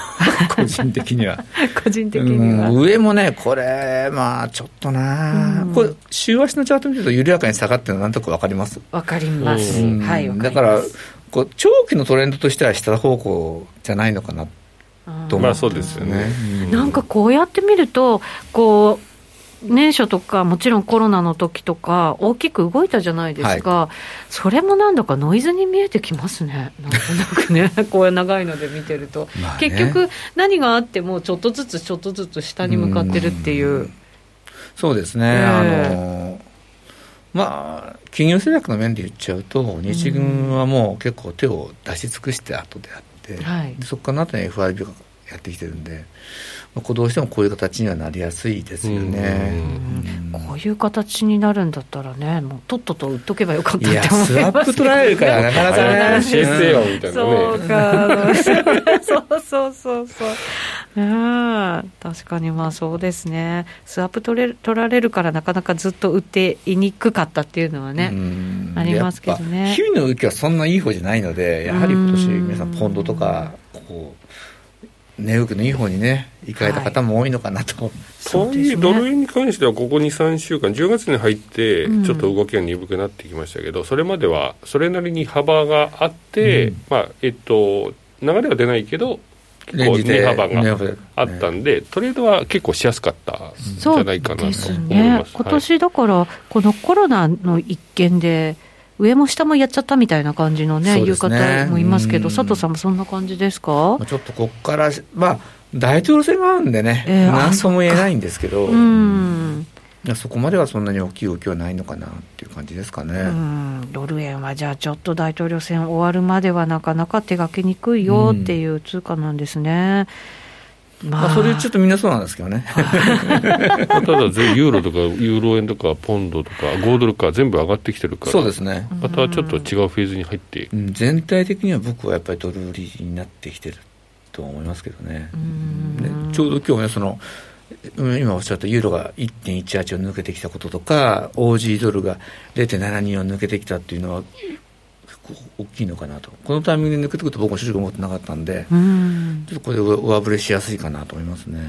個人的には。
個人的
う
には。
ん、上もね、これ、まあ、ちょっとな、
うん
これ、週足のチャート見ると、緩やかに下がってるの、なんとなくわかります。
わかります。
うん
はい、わ
だ
り
か
ま
ら
す、
こう長期のトレンドとしては、下方向じゃないのかなと
うん
思
まあそうですよね
うん
なんかこうやって見ると、こう、年初とか、もちろんコロナの時とか、大きく動いたじゃないですか、それもなんだかノイズに見えてきますね、なんとなく ね、こう長いので見てると、
まあね
結局、何があっても、ちょっとずつちょっとずつ下に向かってるっていう、
うんそうですね、
ええ
あのまあ、金融政策の面で言っちゃうと、日銀はもう結構手を出し尽くして後であって、
はい
でそこから後に FRB がやってきてるんで、まあ、こうどうしてもこういう形にはなりやすいですよね。
うんこういう形になるんだったらね、もうとっとと売っとけばよかった
い
って
や、
思
ス
い
ワ
ますけ
ップ
ど
取られるから、なかな
早
かね。
く教えてよみたい
そ
な
う
ね
か、あのそうそうそうそう、うん、確かにまあそうですね、スワップ取れる取られるから、なかなかずっと売っていにくかったっていうのはね、
うん
ありますけどね
やっぱ日々の動きはそんないい方じゃないので、やはり今年皆さん、ポンドとか、こう、値動きのいい方にね、行かれた方も多いのかなと。
そういうドル円に関してはここ23週間10月に入って
うん
ちょっと動きが鈍くなってきましたけど、それまではそれなりに幅があって、
うん
まあえっと流れは出ないけど結構値幅があったんで、トレードは結構しやすかったんじ
そ
ゃ
う
ないかなと
で
思いますす。
ね、今
はい
年だから、このコロナの一件で、上も下もやっちゃったみたいな感じのね、
そ
言
うで
う
すね
方もいますけど、
うん
佐藤さんもそんな感じですか
まあ、ちょっとここから、まあ、大統領選があるんでね、
ええ
なんとも言えないんですけど、
うん
いやそこまではそんなに大きい動きはないのかなっていう感じですかね。
うんドル円はじゃあちょっと大統領選終わるまではなかなか手がけにくいよっていう通貨なんですね。まあ、
まあ、それちょっとみんなそうなんですけどね。
ただぜユーロとかユーロ円とかポンドとか5ドルか全部上がってきてるか ら
そうですね。
またちょっと違うフェーズに入って
うん全体的には僕はやっぱりドル売りになってきてると思いますけどね。
うん
ねちょうど今日ね、その、うん今おっしゃったユーロが1.18を抜けてきたこととか、OG ドルが0.72を抜けてきたっていうのは、結構大きいのかなと。このタイミングで抜けてくると僕も正直思ってなかったんで、
うん
ちょっとこれで上振れしやすいかなと思いますね。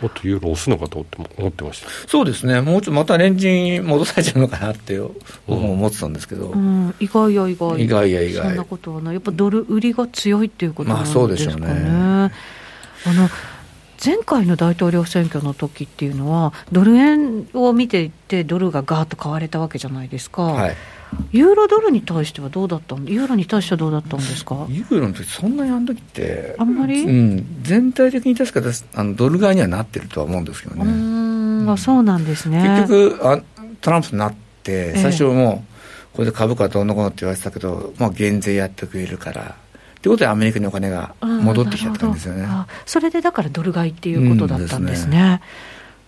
もっとユーロ押すのかと思って思ってました
そうですね、もうちょっとまたレンジに戻されちゃうのかなって僕も思ってたんですけど、
うん意外や意外
意外や意外
そんなことはないやっぱドル売りが強いっていうことなん
ま
で
あ
すか
そう
ね,、
でしょうね
あ、の前回の大統領選挙の時っていうのは、ドル円を見ていて、ドルがガーッと買われたわけじゃないですか、
はい、
ユーロドルに対してはどうだったんユーロに対してはどうだったんですか、
ユーロの時そんなにあの時って
あんまり、
う、
うん
全体的に確か私あのドル買いにはなってるとは思うんですけど
ー
ね、
ん、あそうなんですね。
結局あ、トランプになって、
え
最初もう、これで株価どうのこうのって言われてたけど、まあ、減税やってくれるから、ってことでアメリカにお金が戻ってきたって感じですよ
あ。
ね
ーなるほどあそれでだからドル買いっていうことだったんですね。
うんで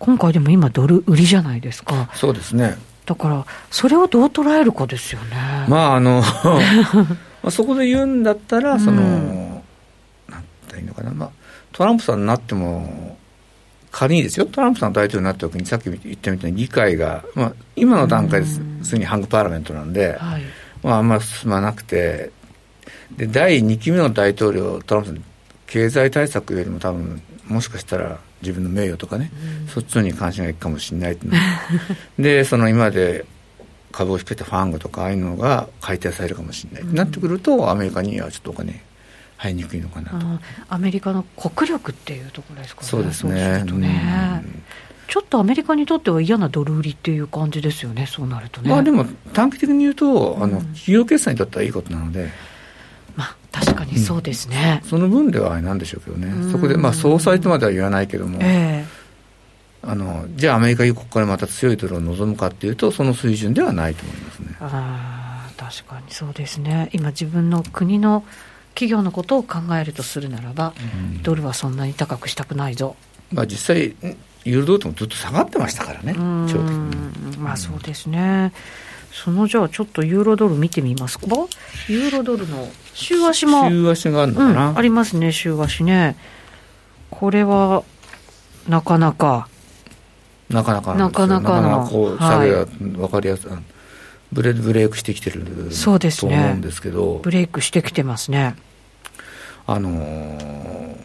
今回でも今ドル売りじゃないですか。
そうですね。
だからそれをどう捉えるかですよね。
まあ、あの、まあそこで言うんだったら、その、
うん
なんていうのかな、まあ、トランプさんになっても、仮にですよ、トランプさんが大統領になった時に、さっき言ったみたいに議会が、まあ、今の段階です
うん
すでにハングパーラメントなんで、
はい。
まあ、あんまり進まなくて、で第2期目の大統領、トランプさん、経済対策よりも多分もしかしたら自分の名誉とかね、そっちの方に関心がいくかもしれない っていうので、その今まで株を引けたファングとか、ああいうのが解体されるかもしれない、
うん
なってくると、アメリカにはちょっとお金入りにくいのかなと。
あーアメリカの国力っていうところですかね。
そうです
そう
ね。
るとね
うん
ちょっとアメリカにとっては嫌なドル売りっていう感じですよね。そうなるとね。
まあでも短期的に言うと、あの
うん
企業決算にとってはいいことなので、
まあ確かにそうですね。
その分ではあれなんでしょうけど
うん
ね、そこでまあ総裁とまでは言わないけども、
え
あのじゃあアメリカがここからまた強いドルを望むかっていうとその水準ではないと思いますね
え。あー確かにそうですね。今自分の国の企業のことを考えるとするならば、ドルはそんなに高くしたくないぞ。
まあ実際んユーロドルともずっと下がってましたからね
う。ん
長期的に。
まあそうですね。そのじゃあちょっとユーロドル見てみますか。ユーロドルの週足も。
週足があるの
う
か
ん、
な。
ありますね、週足ね。これは、なかなか。
なかなかんですよ
なかなかの
なかなかこう下
はい
げが分かりやすい。あのブレブレイクしてきてる
そうです
と
ね
思うんですけど、
ブレイクしてきてますね。
あのー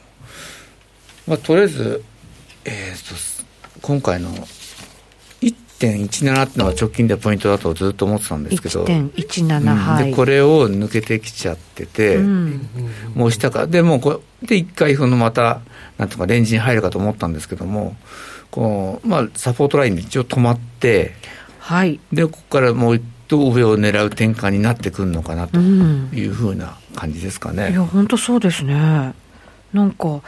まあとりあえずえーとす今回の1.17ってのが直近でポイントだとずっと思ってたんですけど。
1.17、
うん
はい。
でこれを抜けてきちゃってて、
うん、
もう下から、でもうこれで一回、そのまた、なんとかレンジに入るかと思ったんですけども、こうまあ、サポートラインで一応止まって、
はい。
でここからもう一度上を狙う展開になってくるのかな
う
と
ん。
いうふうな感じですか
い
ね
や、。本当そうですね。なんか、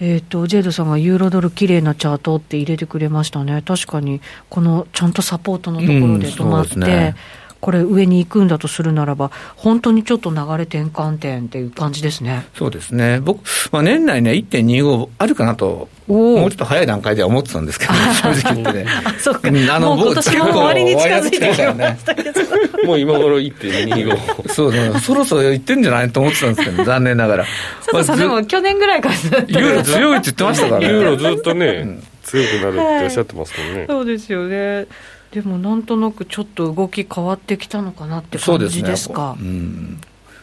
えっ、と、ジェイドさんがユーロドル綺麗なチャートって入れてくれましたね。確かに、このちゃんとサポートのところで止まって、
うんそうですね
これ上に行くんだとするならば、本当にちょっと流れ転換点っていう感じですね。
そうですね僕、まあ、年内ね、1.25あるかなと、
おー
もうちょっと早い段階では思ってたんですけど、正直言ってね。
あ、そうか。
うんあの
もう今年も
僕
終わりに近づいてきました けど。
もう今頃1.25
そうそうそろそろ言ってんじゃないと思ってたんですけど、残念 ながら。
佐藤さん、で
まあ
も
ず
去年ぐらいからずっと
ユーロ強いって言ってましたからね。
ユーロずっとね強くなるっておっしゃってますもんね、
そうですよね。でもなんとなくちょっと動き変わってきたのかなって
そう
感
です
じ
ね。
ですか。
うん。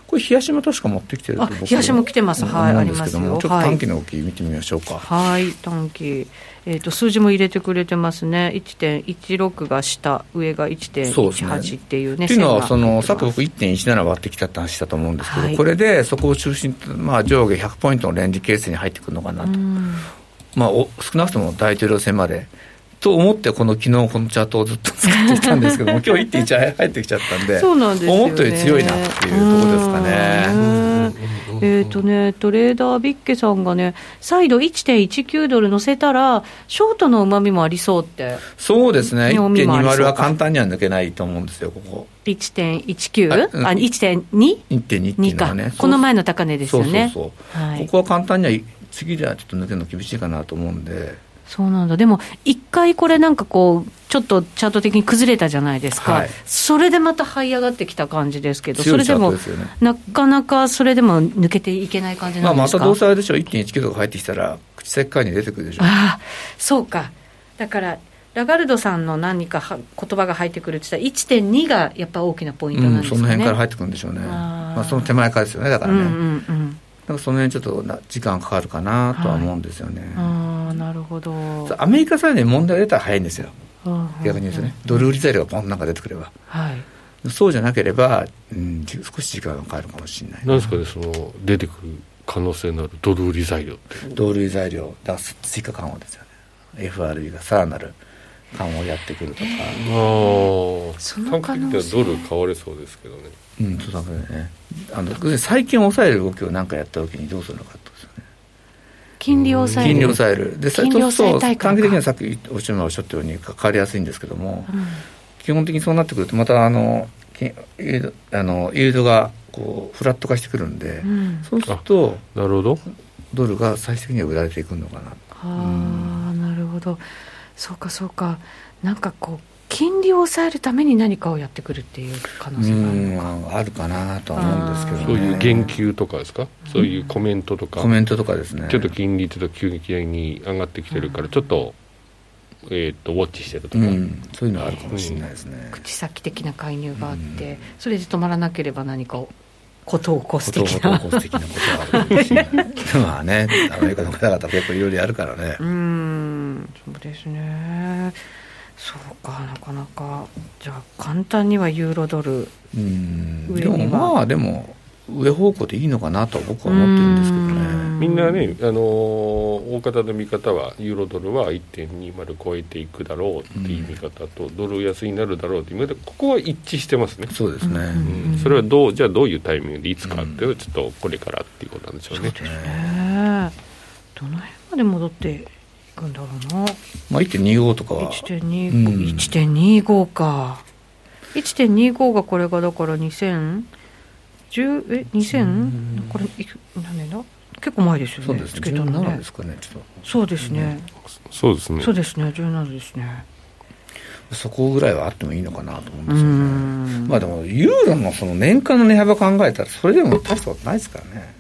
これ冷やしも確か持ってきてると
あ冷やしも来てますはい
思うんですけども
ありますよ
ちょっと短期の動き見てみましょうか。
はい、短期。えっ、と、数字も入れてくれてますね。1.16が下、上が
そうです
1.18
ね
っていうね。
っていうのは、そ
線が入
の、
ってま
さっき
す
僕1.17割ってきたって話したと思うんですけど、
はい
これでそこを中心と、まあ上下100ポイントのレンジ形成に入ってくるのかなと。
うん
まあお少なくとも大統領選まで。と思って、この昨日このチャートをずっと使ってきたんです けども、今日1.1入ってきちゃったんで、
そうなんですよね。
思ったより強いなっていうところですかね。
うんえっ、とね、トレーダービッケさんがね、再度1.19ドル乗せたら、ショートのうまみもありそうって、
そうですね、
読みもありそう
1.20
か
は簡単には抜けないと思うんですよ、ここ。
1.19?
あうん
あ、1.2?
1.2ってい
2
うの
か
はね。そう
この前の高値ですよね。
そうそうそう、
はい
ここは簡単には次ではちょっと抜けるの厳しいかなと思うんで、
そうなんだ。でも、一回これなんかこう、ちょっとチャート的に崩れたじゃないですか。
はい
それでまた這い上がってきた感じですけど、そ
強
れ
いチ
で
ャート
も
で、すよね。
なかなかそれでも抜けていけない感じ
ま
な
あ、
んで
ますた
か、
どうせあれでしょう、1.19とか入ってきたら、口先会に出てくるでしょう。
ああ、そうか。だから、ラガルドさんの何かは言葉が入ってくるって言ったら、1.2がやっぱ大きなポイント
う
なん
ん、
です
そ
かね。
の辺から入ってくるんでしょうね。
あー
まあ、その手前からですよね、だからね。
うんうんうん。
なんかその辺ちょっとな時間かかるかなとは思うんですよね。
ああ、なるほど。
アメリカさえね、問題が出たら早いんですよ。逆に言うとね、ドル売り材料がポンなんか出てくれば。
はい。
そうじゃなければ、うん、じ少し時間がかかるかもしれない。
なんですかねその出てくる可能性のあるドル売り材料って
同類材料だから追加緩和ですよね FRB がさらなる緩和をやってくるとか、
ああ
その可能性
短期的にはドル買われそうですけどね
うんそうだねあの要するに債券を抑える動きを何かやった時にどうするのかってことですよね
金利を抑える
金利を抑えるでさ
金利を抑え
そう
たいから
短期的にはさっきおっしゃったように変わりやすいんですけども、
うん
基本的にそうなってくるとまたあの金ユードあのユードがこうフラット化してくるんで、
うん
そうすると
なるほど
ドルが最終的には売られていくのかな
ああなるほどそうかそうかなんかこう金利を抑えるために何かをやってくるっていう可能
う
性があるのか
んあるかなとは思うんですけど、ね、
そういう言及とかですかそういうコメントとか
コメントとかですね
ちょっと金利ちょっと急激に上がってきてるからちょっとえっとウォッチしてると
う
か
ん、そういうのはあるかもしれないですね、
口先的な介入があって、
うん
それで止まらなければ何かをことを起こす
こと
的な
こと的なことはあるかもしれない まあねアメリカの方々結構いろいろやるからね
うーんそうですねそうかなかなかじゃあ簡単にはユーロドル
うん
上
でも
には
まあでも上方向でいいのかなと僕は思ってるんですけどね
みんなね、あのー大方の見方はユーロドルは1.20超えていくだろうっていう見方と、ドル安になるだろうっていう見方ここは一致してますね、
そうですね、
うん
うんそれはどうじゃあどういうタイミングでいつかっていうのはちょっとこれからっていうことなんでしょうね、
ねどの辺まで戻っていくんだろうな
まあ、1.25とかは
1.25、
うん
1.25か1.25がこれがだから2010え2000これいく何年だ結構前ですよね
そうです
つ
ね
けたの
17
ね
ですかねちょっ
そうですね、
そうですね
そうですね17ですね
とそこぐらいはあってもいいのかなと思うん
う
ですよね
ん
まあでもユーロのその年間の値幅考えたらそれでも大したことないですからね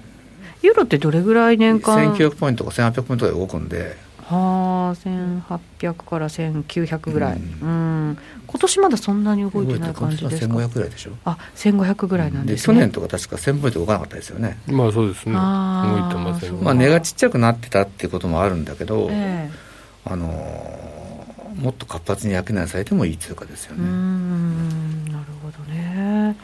ユーロってどれぐらい年間
1900ポイントとか1800ポイントとかで動くんで
はあ1800から1900ぐらい、う
うん
今年まだそんなに動いてない
今
感
年
じ
は
ですか
1500ぐらいでしょ
あ1500ぐらいなんです
去
ね
年とか確か1000ポイント動かなかったですよね、
まあそうですね動いて
あー
ません
そう
ね、
まあ、値がちっちゃくなってたっていうこともあるんだけど、
え
あのーもっと活発に商いされてもいい通貨ですよ
えうー
ね、
んなるほどね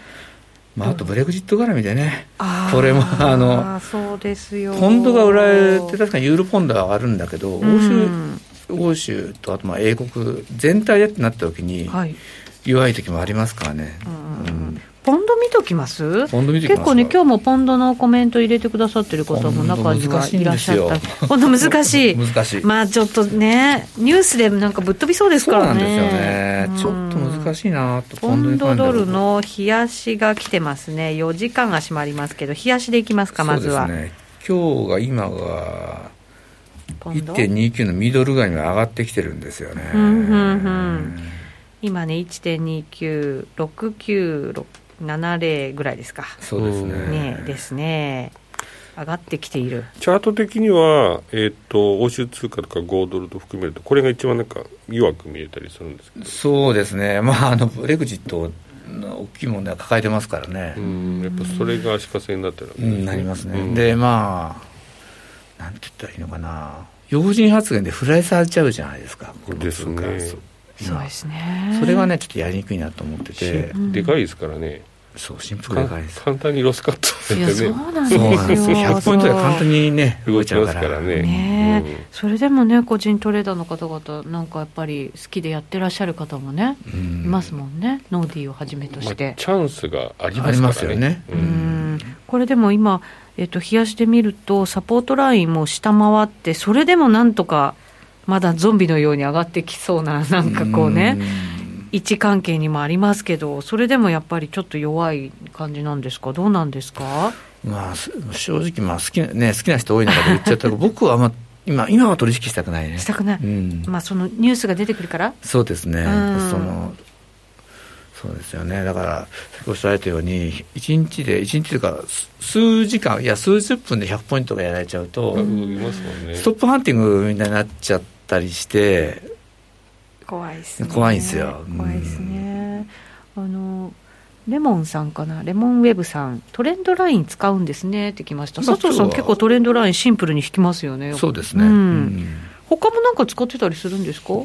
まあ、あとブレグジット絡みでね、
あー
これもあの
そうですよ
ポンドが売られて、確かにユーロポンドは上がるんだけど、
うん
欧州欧州とあとまあ英国全体でってなった時に、
はい
弱い時もありますからね、
うんうんう
うんん
ポンド見ときます
ポンド見てきます
結構ね、今日もポンドのコメント入れてくださってる方も中にはいらっしゃ
ポンド難しいん
っ
で
た。ポンド難しい。
難しい、
まあちょっとね、ニュースでなんかぶっ飛びそうです
そ
か
う
ら
なん
ね。
ですよね、ちょっと難
い。
しいなと
ポンド
に関して
ド
は
ルの冷やしが来てますね。4時間足もありますけど、冷やしでいきますか、まずは。
そうですね今日が今が
ポンド。
1.29のミドル街には上がってきてるんですよね。
うんうんうん今ね、1.29、69、70ぐらいですか。
そうですね。
ねえですね。上がってきている。
チャート的には、えっと欧州通貨とか5ドルと含めるとこれが一番なんか弱く見えたりするんですけど
そうですね。まああのブレグジットの大きい問題は抱えてますからね。
うんやっぱそれが足かせになってるわけ
う
ですね
んなりますね。
うん
でまあなんて言ったらいいのかな。要人発言でフライされちゃうじゃないですか。この
です
通
ね
貨そう
そうですね。
それがねちょっとやりにくいなと思ってて
し、でかいですからね、
そう振幅でかいです。
簡単にロスカットさ
い
れ
や、
て
そう
ね
なんです
そ
よ。
うなんですよ。100ポイントで簡単にね動
動
い
い
ち
ち
ゃ
ゃ
う
う
か
かららね
ねえ
うん
それでもね、個人トレーダーの方々、なんかやっぱり好きでやってらっしゃる方もね、
うん
いますもんね、ノーディーをはじめとし
まあ
て。
チャンスがあり
あ
ま
り
すか
ますよ
らね
ね
う
うんんこれでも今、えっと、冷やしで見ると、サポートラインも下回って、それでもなんとか、まだゾンビのように上がってきそうな、なんかこうね、位置関係にもありますけど、それでもやっぱりちょっと弱い感じなんですか、どうなんですか、
まあ、す正直、まあ好きな、ね、好きな人多い中で言っち ゃったけど、僕は、まあ、今、今は取引したくないね。
したくない、
うん。
まあ、そのニュースが出てくるから、
そうですね。
うん
その、そうですよね。だから、さっきおっしゃられたように、一日で、一日というか、す数時間、いや、数十分で100ポイントがやられちゃうと、
動きますもんね
ストップハンティングみたいになっちゃったりして、
怖いですね
怖いんすようん
怖いですねあのレモンさんかなレモンウェブさんトレンドライン使うんですねってきました
まあ
佐藤さん
今日は
結構トレンドラインシンプルに引きますよね
そうですね。
う
うんん。
他もなんか使ってたりするんですか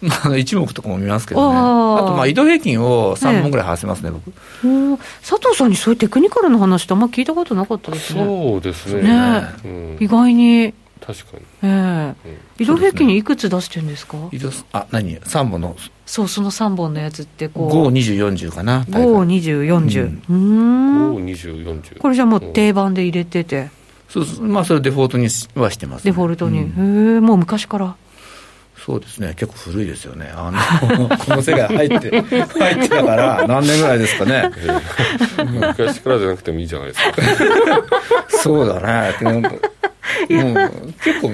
まああの、一目とかも見ますけどね。
おー
あと、まあ、移動平均を3本ぐらい外せますね、僕。
おー佐藤さんにそういうテクニカルな話ってあんま聞いたことなかったですね。
そうですね
ね
うん
意、外に、
確かに、
ええ
うん
移動平均いくつ出してるんですか
移動す、あ、何 ?3 本の
そう、その3本のやつって
5、
こ
20、40かな。
う、5、20、40。うーん。
5040
これじゃもう定番で入れてて、
そうそうまあ、それをデフォルトにしはしてます、
デフォルトに。
う
へ
ん
え、もう昔から。
そうですね。結構古いですよね。あの、 この世界入って、入ってたから、何年ぐらいですかね。
昔からじゃなくてもいいじゃないですか
そうだね。な んかもう結構、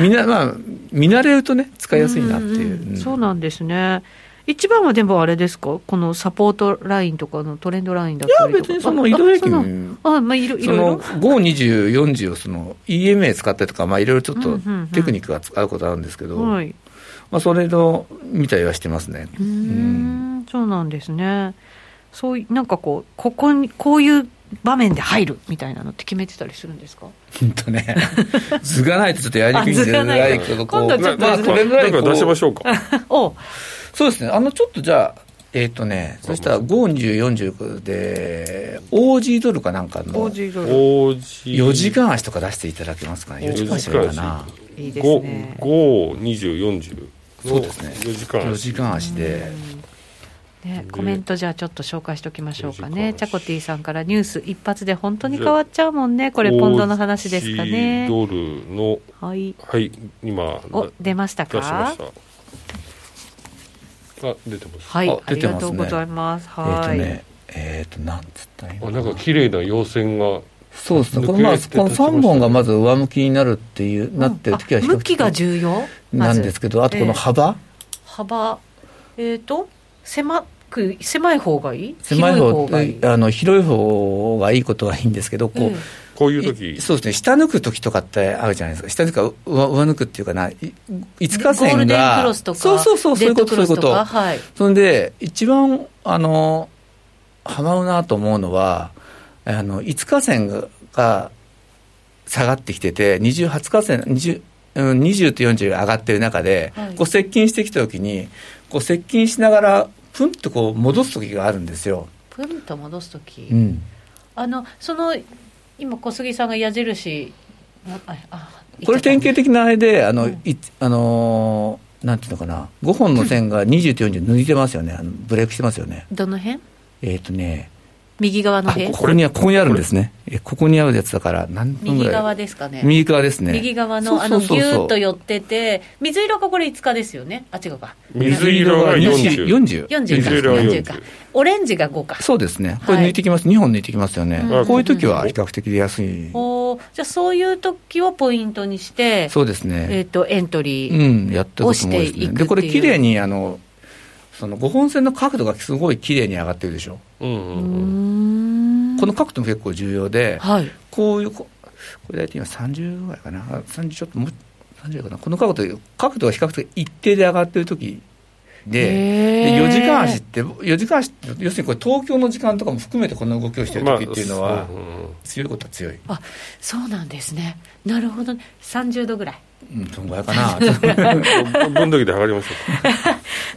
みんな、まあ、見慣れるとね、使いやすいなってい
ん
う。
んそうなんですね。一番はでもあれですかこのサポートラインとかのトレンドラインだった
い
り
や
とか。
別にその移動平均
あそのあ、まあ、いろい
そ
ろい
の
ろ。
5、20、40をその EMA 使ったりとか、まあ、いろいろちょっ
うん
と
うんうん
テクニックが使うことあるんですけど、
はい。
まあ、それの見たりはしてますね。
うーんそうなんですね。そういなんかこうここにこういう場面で入るみたいなのって決めてたりするんですか。
本当ね、 図がないとちょっとやりにくいんで
あ図がない
やりにくいけどこう
今度ちょっと
まあ、これぐらい
な
こ
んか出しま
う、
しょうか
お、
そうですね、あのちょっとじゃあ、えっ、とね、そしたら5、20、40で、OG ドルかなんか
オ
の
ージードル
王子
4時間足とか出していただけますかね、4時間足がいいかな、
いいですね。
52040
そうですね
4時間
4時間足で。
ね、コメントじゃあちょっと紹介しておきましょうか
いい
ね。
です
チ
か
ャコティさんからニュース一発で本当に変わっちゃうもんね。これポンドの話ですかね。
王子ドルの
はい。
はい今
お、出ました
出しま
か
し。たあ出てます、
はい、あ
あ出
り
て
が
ますね
とうございます。
えっ、と
はい。
ね、えっ、と、なんつったらいいの
あ
か
な
なん
か綺麗な陽線が
そうですね、こ
抜
の
け
まあ
て
この
立ちましたね
3本がまず上向きになるっていう、なってる時は
う
比
んあ向き
較
が
的
重要ま
な
ず
んですけど、あとこ
え
の
え
幅、
幅えっ、と狭く狭い方がいい
狭い
広
方
い方がいい
あの広い方がいいことはいいんですけど、こう。
ええ
こういう時
そうですね下抜く時とかってあるじゃないですか下抜くか上上抜くっていうかない5日
ゴール
線
デン
が
クロスとか
そうそうそうそういう
デ
こ
ッド
と
ク
そうい
ロス
うこと
かはい
そんで、一番、あの、はまうなと思うのは、あの、5日線がが下がってきてて、28日線、20、うん20と40が上がってる中で、
はい
こう接近してきた時に、こう接近しながら、プンとこう戻す時があるんですよ。
プンと戻す時、
うん。
あのその今小杉さんが矢印あああ
これ典型的なあれで、あの、
うん
いあのーなんていうのかな、5本の線が20と40抜いてますよね。あのブレイクしてますよね。
どの辺
えっ、とね、
右側の
あ
辺
ここには、ここにあるんですね。えここにあるやつだから、何分
右
ぐらい
側ですかね
右側ですね。
右側のあのギ
そうそうそ
ュ
うそう
ーッと寄ってて水色がこれ5日ですよねあ違うか
水色が40
40。
40か
水色は
40か
40
オレンジが5か
そうですね。これ
はい
抜いてきます。2本抜いてきますよね。
うん
こういう時は比較的出やすい。
おーじゃあそういう時をポイントにして
そうです
えっ、
ね。
とエントリー、
うん、やったことも多
押
いです
していくっ
ね。
てい
で、
う
これ綺麗に、あの、その5本線の角度がすごい綺麗に上がってるでしょ。
うんう
うん
うん
ーん
この角度も結構重要で、
はい
こういう、ここれ大体今30ぐらいかな。あ30ちょっともう、30かな。この角度、角度が比較的一定で上がってる時で、で
で
4時間足って、4時間足って、要するにこれ、東京の時間とかも含めてこの動きをしてる時っていうのは
まあ、うんうんうん
強いことは強い、
そうなんですねなるほどね30度ぐらい
うん、そのぐらいかな、
分度器で測りましょ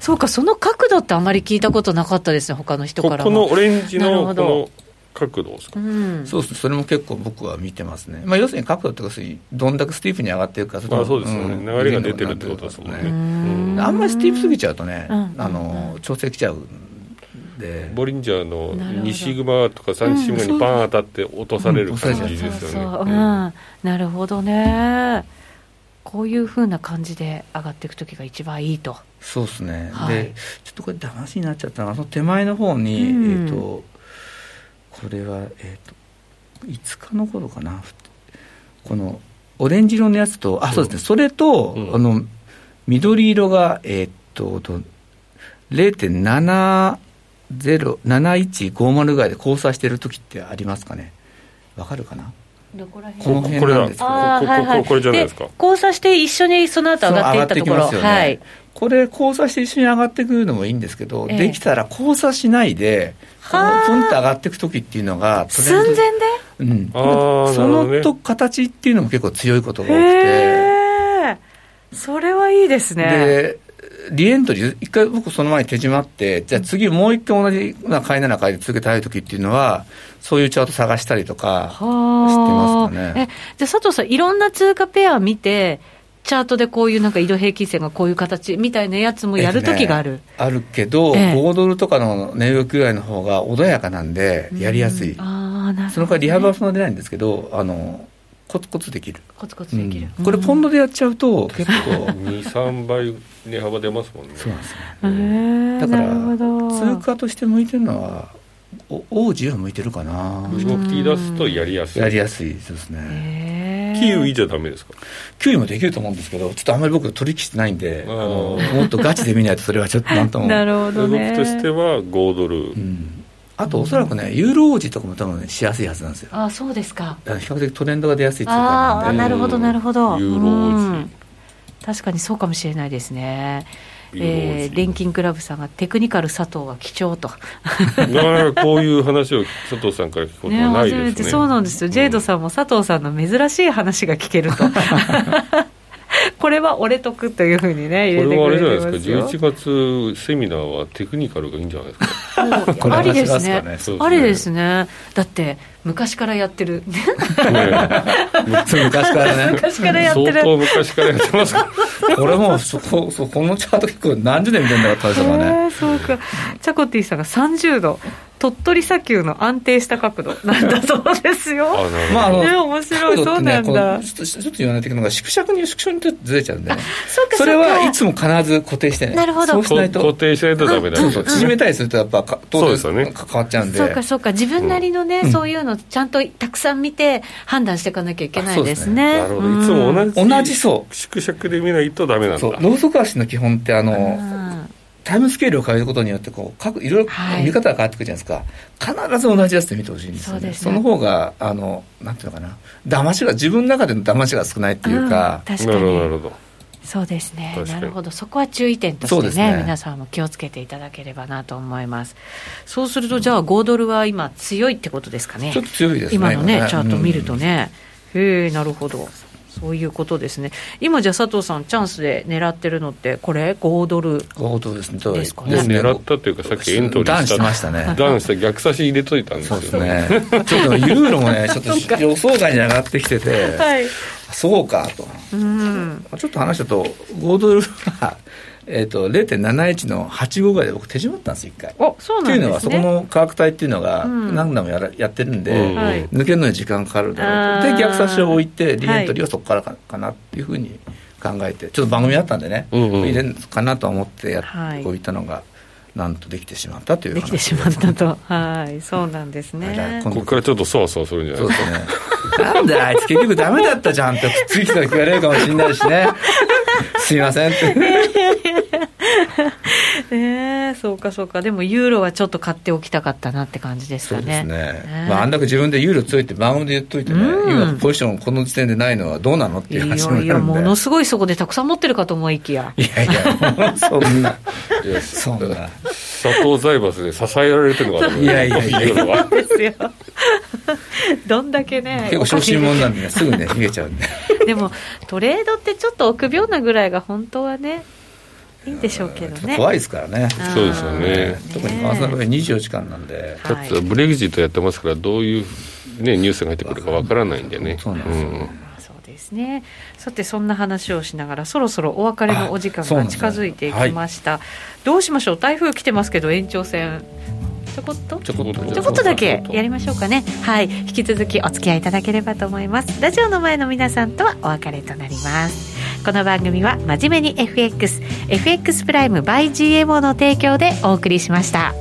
そうかその角度ってあまり聞いたことなかったですね他の人
う
か
からここの
も
オレンジ
なる
の
ほ
こ
ど
の角度です
う
か
ん、
そうですね、それも結構僕は見てますね、まあ、要するに角度ってことは、どんだけスティープに上がってるか、
まあそうですよね、
ん
流れが出てるってことですもんね、
う
うん
あんまりスティープすぎちゃうとね、
うん
あの調整きちゃうんで、
ボリンジャーの
なるほど
2シグマとか3シグマにバーン当たって落とされる
うん
感
そう
じです
そうそう
よ
う
ね。
ん、なるほどねこういうふうな感じで上がっていく時が一番いいと
そうですね、
はい
でちょっとこれ、騙しになっちゃったな、その手前の方に、
うん
えっ、と、これは、えっ、と、5日の頃かな、このオレンジ色のやつと、あ、そうですね、それと、
うん
あの、緑色が、えっ、と、と0.70、7150ぐらいで交差してる時ってありますかね、わかるかな、
どこら辺
この辺
これ
な
だ
んですけど、
あー
ここ
はいはい
ここれじゃないですか
交差して一緒にその後上がっていったところ
そう上がってきますよね
はい
これ、交差して一緒に上がってくるのもいいんですけど、
ええ
できたら交差しないで、この
はあ
ポンと上がっていくときっていうのが、ト
寸
レ
前
ンド
で
うん、
あー
そ
なるほど
の
ね
と形っていうのも結構強いことが多くて、
へえそれはいいですね
で、リエントリー、一回僕その前に手締まって、じゃあ次もう一回同じような買いなら買いで続けたい時っていうのは、そういうチャート探したりと
は
か、
あ
知ってますかね
えじゃあ佐藤さん、いろんな通貨ペア見て、チャートでこういうなんか移動平均線がこういう形みたいなやつもやるときがある、
えっとねあるけど、
ええ
5ドルとかの値動きぐらいの方が穏やかなんで、やりやすい。
ああなるほどね、
その代わりリハーブはそんな出ないんですけど、あの、コツコツできる。
コツコツできる、
うんこれポンドでやっちゃうと、結構、
23倍値幅出ますもんね
そうなんですよ。
うん、
だから
なるほど
通貨として向いてるのは、お王子は向いてるかな。
動き出すとやりやすい
やりやすいですね。
へえ
キウイじゃダメですか
キウイもできると思うんですけど、ちょっとあんまり僕取引してないんで、
あ
あの
ー
もっとガチで見ないとそれはちょっとなんとも。
なるほど
動き
ね
としては5ド
う
ル
ん。あとおそらくね、ユーロ王子とかも多分ね、しやすいはずなんですよ。
あそうですか
あの比較的トレンドが出やすい通貨
あ
な
あ
んで。
なるほどなるほど
ユーロ王子
うん確かにそうかもしれないですね
ユーロ王子
えー、錬金クラブさんがテクニカル佐藤は貴重と、
なかなかこういう話を佐藤さんから聞くこと
ね、
はない
初
ですね
めてそうなんですよ、ジェイドさんも佐藤さんの珍しい話が聞けると、これは俺得というふうにね、入れ
こ
て
れはあ
く
れ
れ
じゃ
て
ない
ま
です
す
か
よ。
11月セミナーはテクニカルがいいんじゃないですか
これ
ありです
話し
ね
ま。
すかね
ありですね。だって昔からやってる。
ね
そう昔からね。
昔からやっ
相
てる。
当昔からやってますから
俺もそこ、そこのチャート結構何十年見てんだろう、大したから
へ
ね。
えそうか。チャコティさんが30度。鳥取砂丘の安定した角度なんだそうですよ。
あ
まあ
な
あ
る
の
ほど
ね面白い
角度ってね
そうなんだ
こうちょっとちょっと言わないといけないのが、縮尺に縮小によってずれちゃうんで、ね、
そうか
それ
そうか
はいつも必ず固定してね。
なるほど
そうしない
こと固
と。
定しないとダメだ、
そうそう縮めたりするとやっぱか
そうですよね
当然関わっちゃうんで
そうかそうか自分なりのね、そういうのちゃんとたくさん見て判断していかなきゃいけないですね。
なるほどいつも同じ
同じそ
縮尺で見ないとダメなんだ
そうローソク足の基本ってあの、
うん
タイムスケールを変えることによってこう各いろいろ
はい
見方が変わってくるじゃないですか、必ず同じやつで見てほしいんですよ
そう
ね
ですね
の方があのなんていうのかな騙しが自分の中での騙しが少ないっていうか、
うん確
な
か
るほどな
に
るほど
そうですね
確か
な
に
るほどそこは注意点とし
そう
て
で
ね
すね
皆さんも気をつけていただければなと思いますそうするとじゃあ5ドルは今強いってことですかね
ちょっと強いですね
今のねチャート見ると、
うん
ね、へえなるほどそういうことですね今じゃあ佐藤さんチャンスで狙ってるのってこれ5ドル
強盗ですねそう
ですかね
もう狙ったというかさっきエントリー
ダウン
した
しましたね
ダウンして逆差し入れといたんです
そ
よ
うですねちょっとユーロ もねちょっと予想外に上がってきてて、
はい
そうかと
うん
ちょっと話だと5ドルは、 えー、と0.71の85ぐらいで僕手締まったんですよ一回
おそう
って
ないん
うの
で
は、
す
そこ
ね
の価格帯っていうのが
うん
何度もやらやってるんで、
うん
はい
抜けるのに時間かかるだろう
あー
とで逆差しを置いてリエントリーはそこからか,、なっていうふうに考えてちょっと番組だったんでね、
うんうん
入れるかなと思ってやっ、
はい
こういったのがなんとできてしまったという
できてしまったとはいそうなんですね
今
ここからちょっとそわそわするんじゃない
そうで
で
す
か
すねなんであいつ結局ダメだったじゃんってくっついてたら言われるかもしれないしねすいませんって
ねえそうかそうかでもユーロはちょっと買っておきたかったなって感じです
そ
か
うです
ね
ねまあ、あんだけ自分でユーロ強いって番組で言っといてね、
うん
今ポジションこの時点でないのはどうなのって
い
いう
や
話もなるん
い
で
やものすごいそこでたくさん持ってるかと思いきや
いやいや、そんな、
いや
そんな。
佐藤財閥で支えられてるのかと思
いやいやいや
ユーロは
ですよ どんだけね
結構小心者なんでね、すぐね、逃げちゃうんで。
でもトレードってちょっと臆病なぐらいが本当はねいいんでしょうけどね
怖いですからね。
あー
そうですよね
特に川崎は24時間なんで。
はい
だってブレグジットやってますからどういう、ね、ニュースが入ってくるかわからないんでね
そうなんですよ
そうですねさてそんな話をしながらそろそろお別れのお時間
あそう
が
なんです
近
ね
づいていきました、どうしましょう台風来てますけど延長戦ちょこっと
ちょこっと。
ちょこっとだけやりましょうかねはい引き続きお付き合いいただければと思いますラジオの前の皆さんとはお別れとなりますこの番組は真面目に FXFX プライム by GMO の提供でお送りしました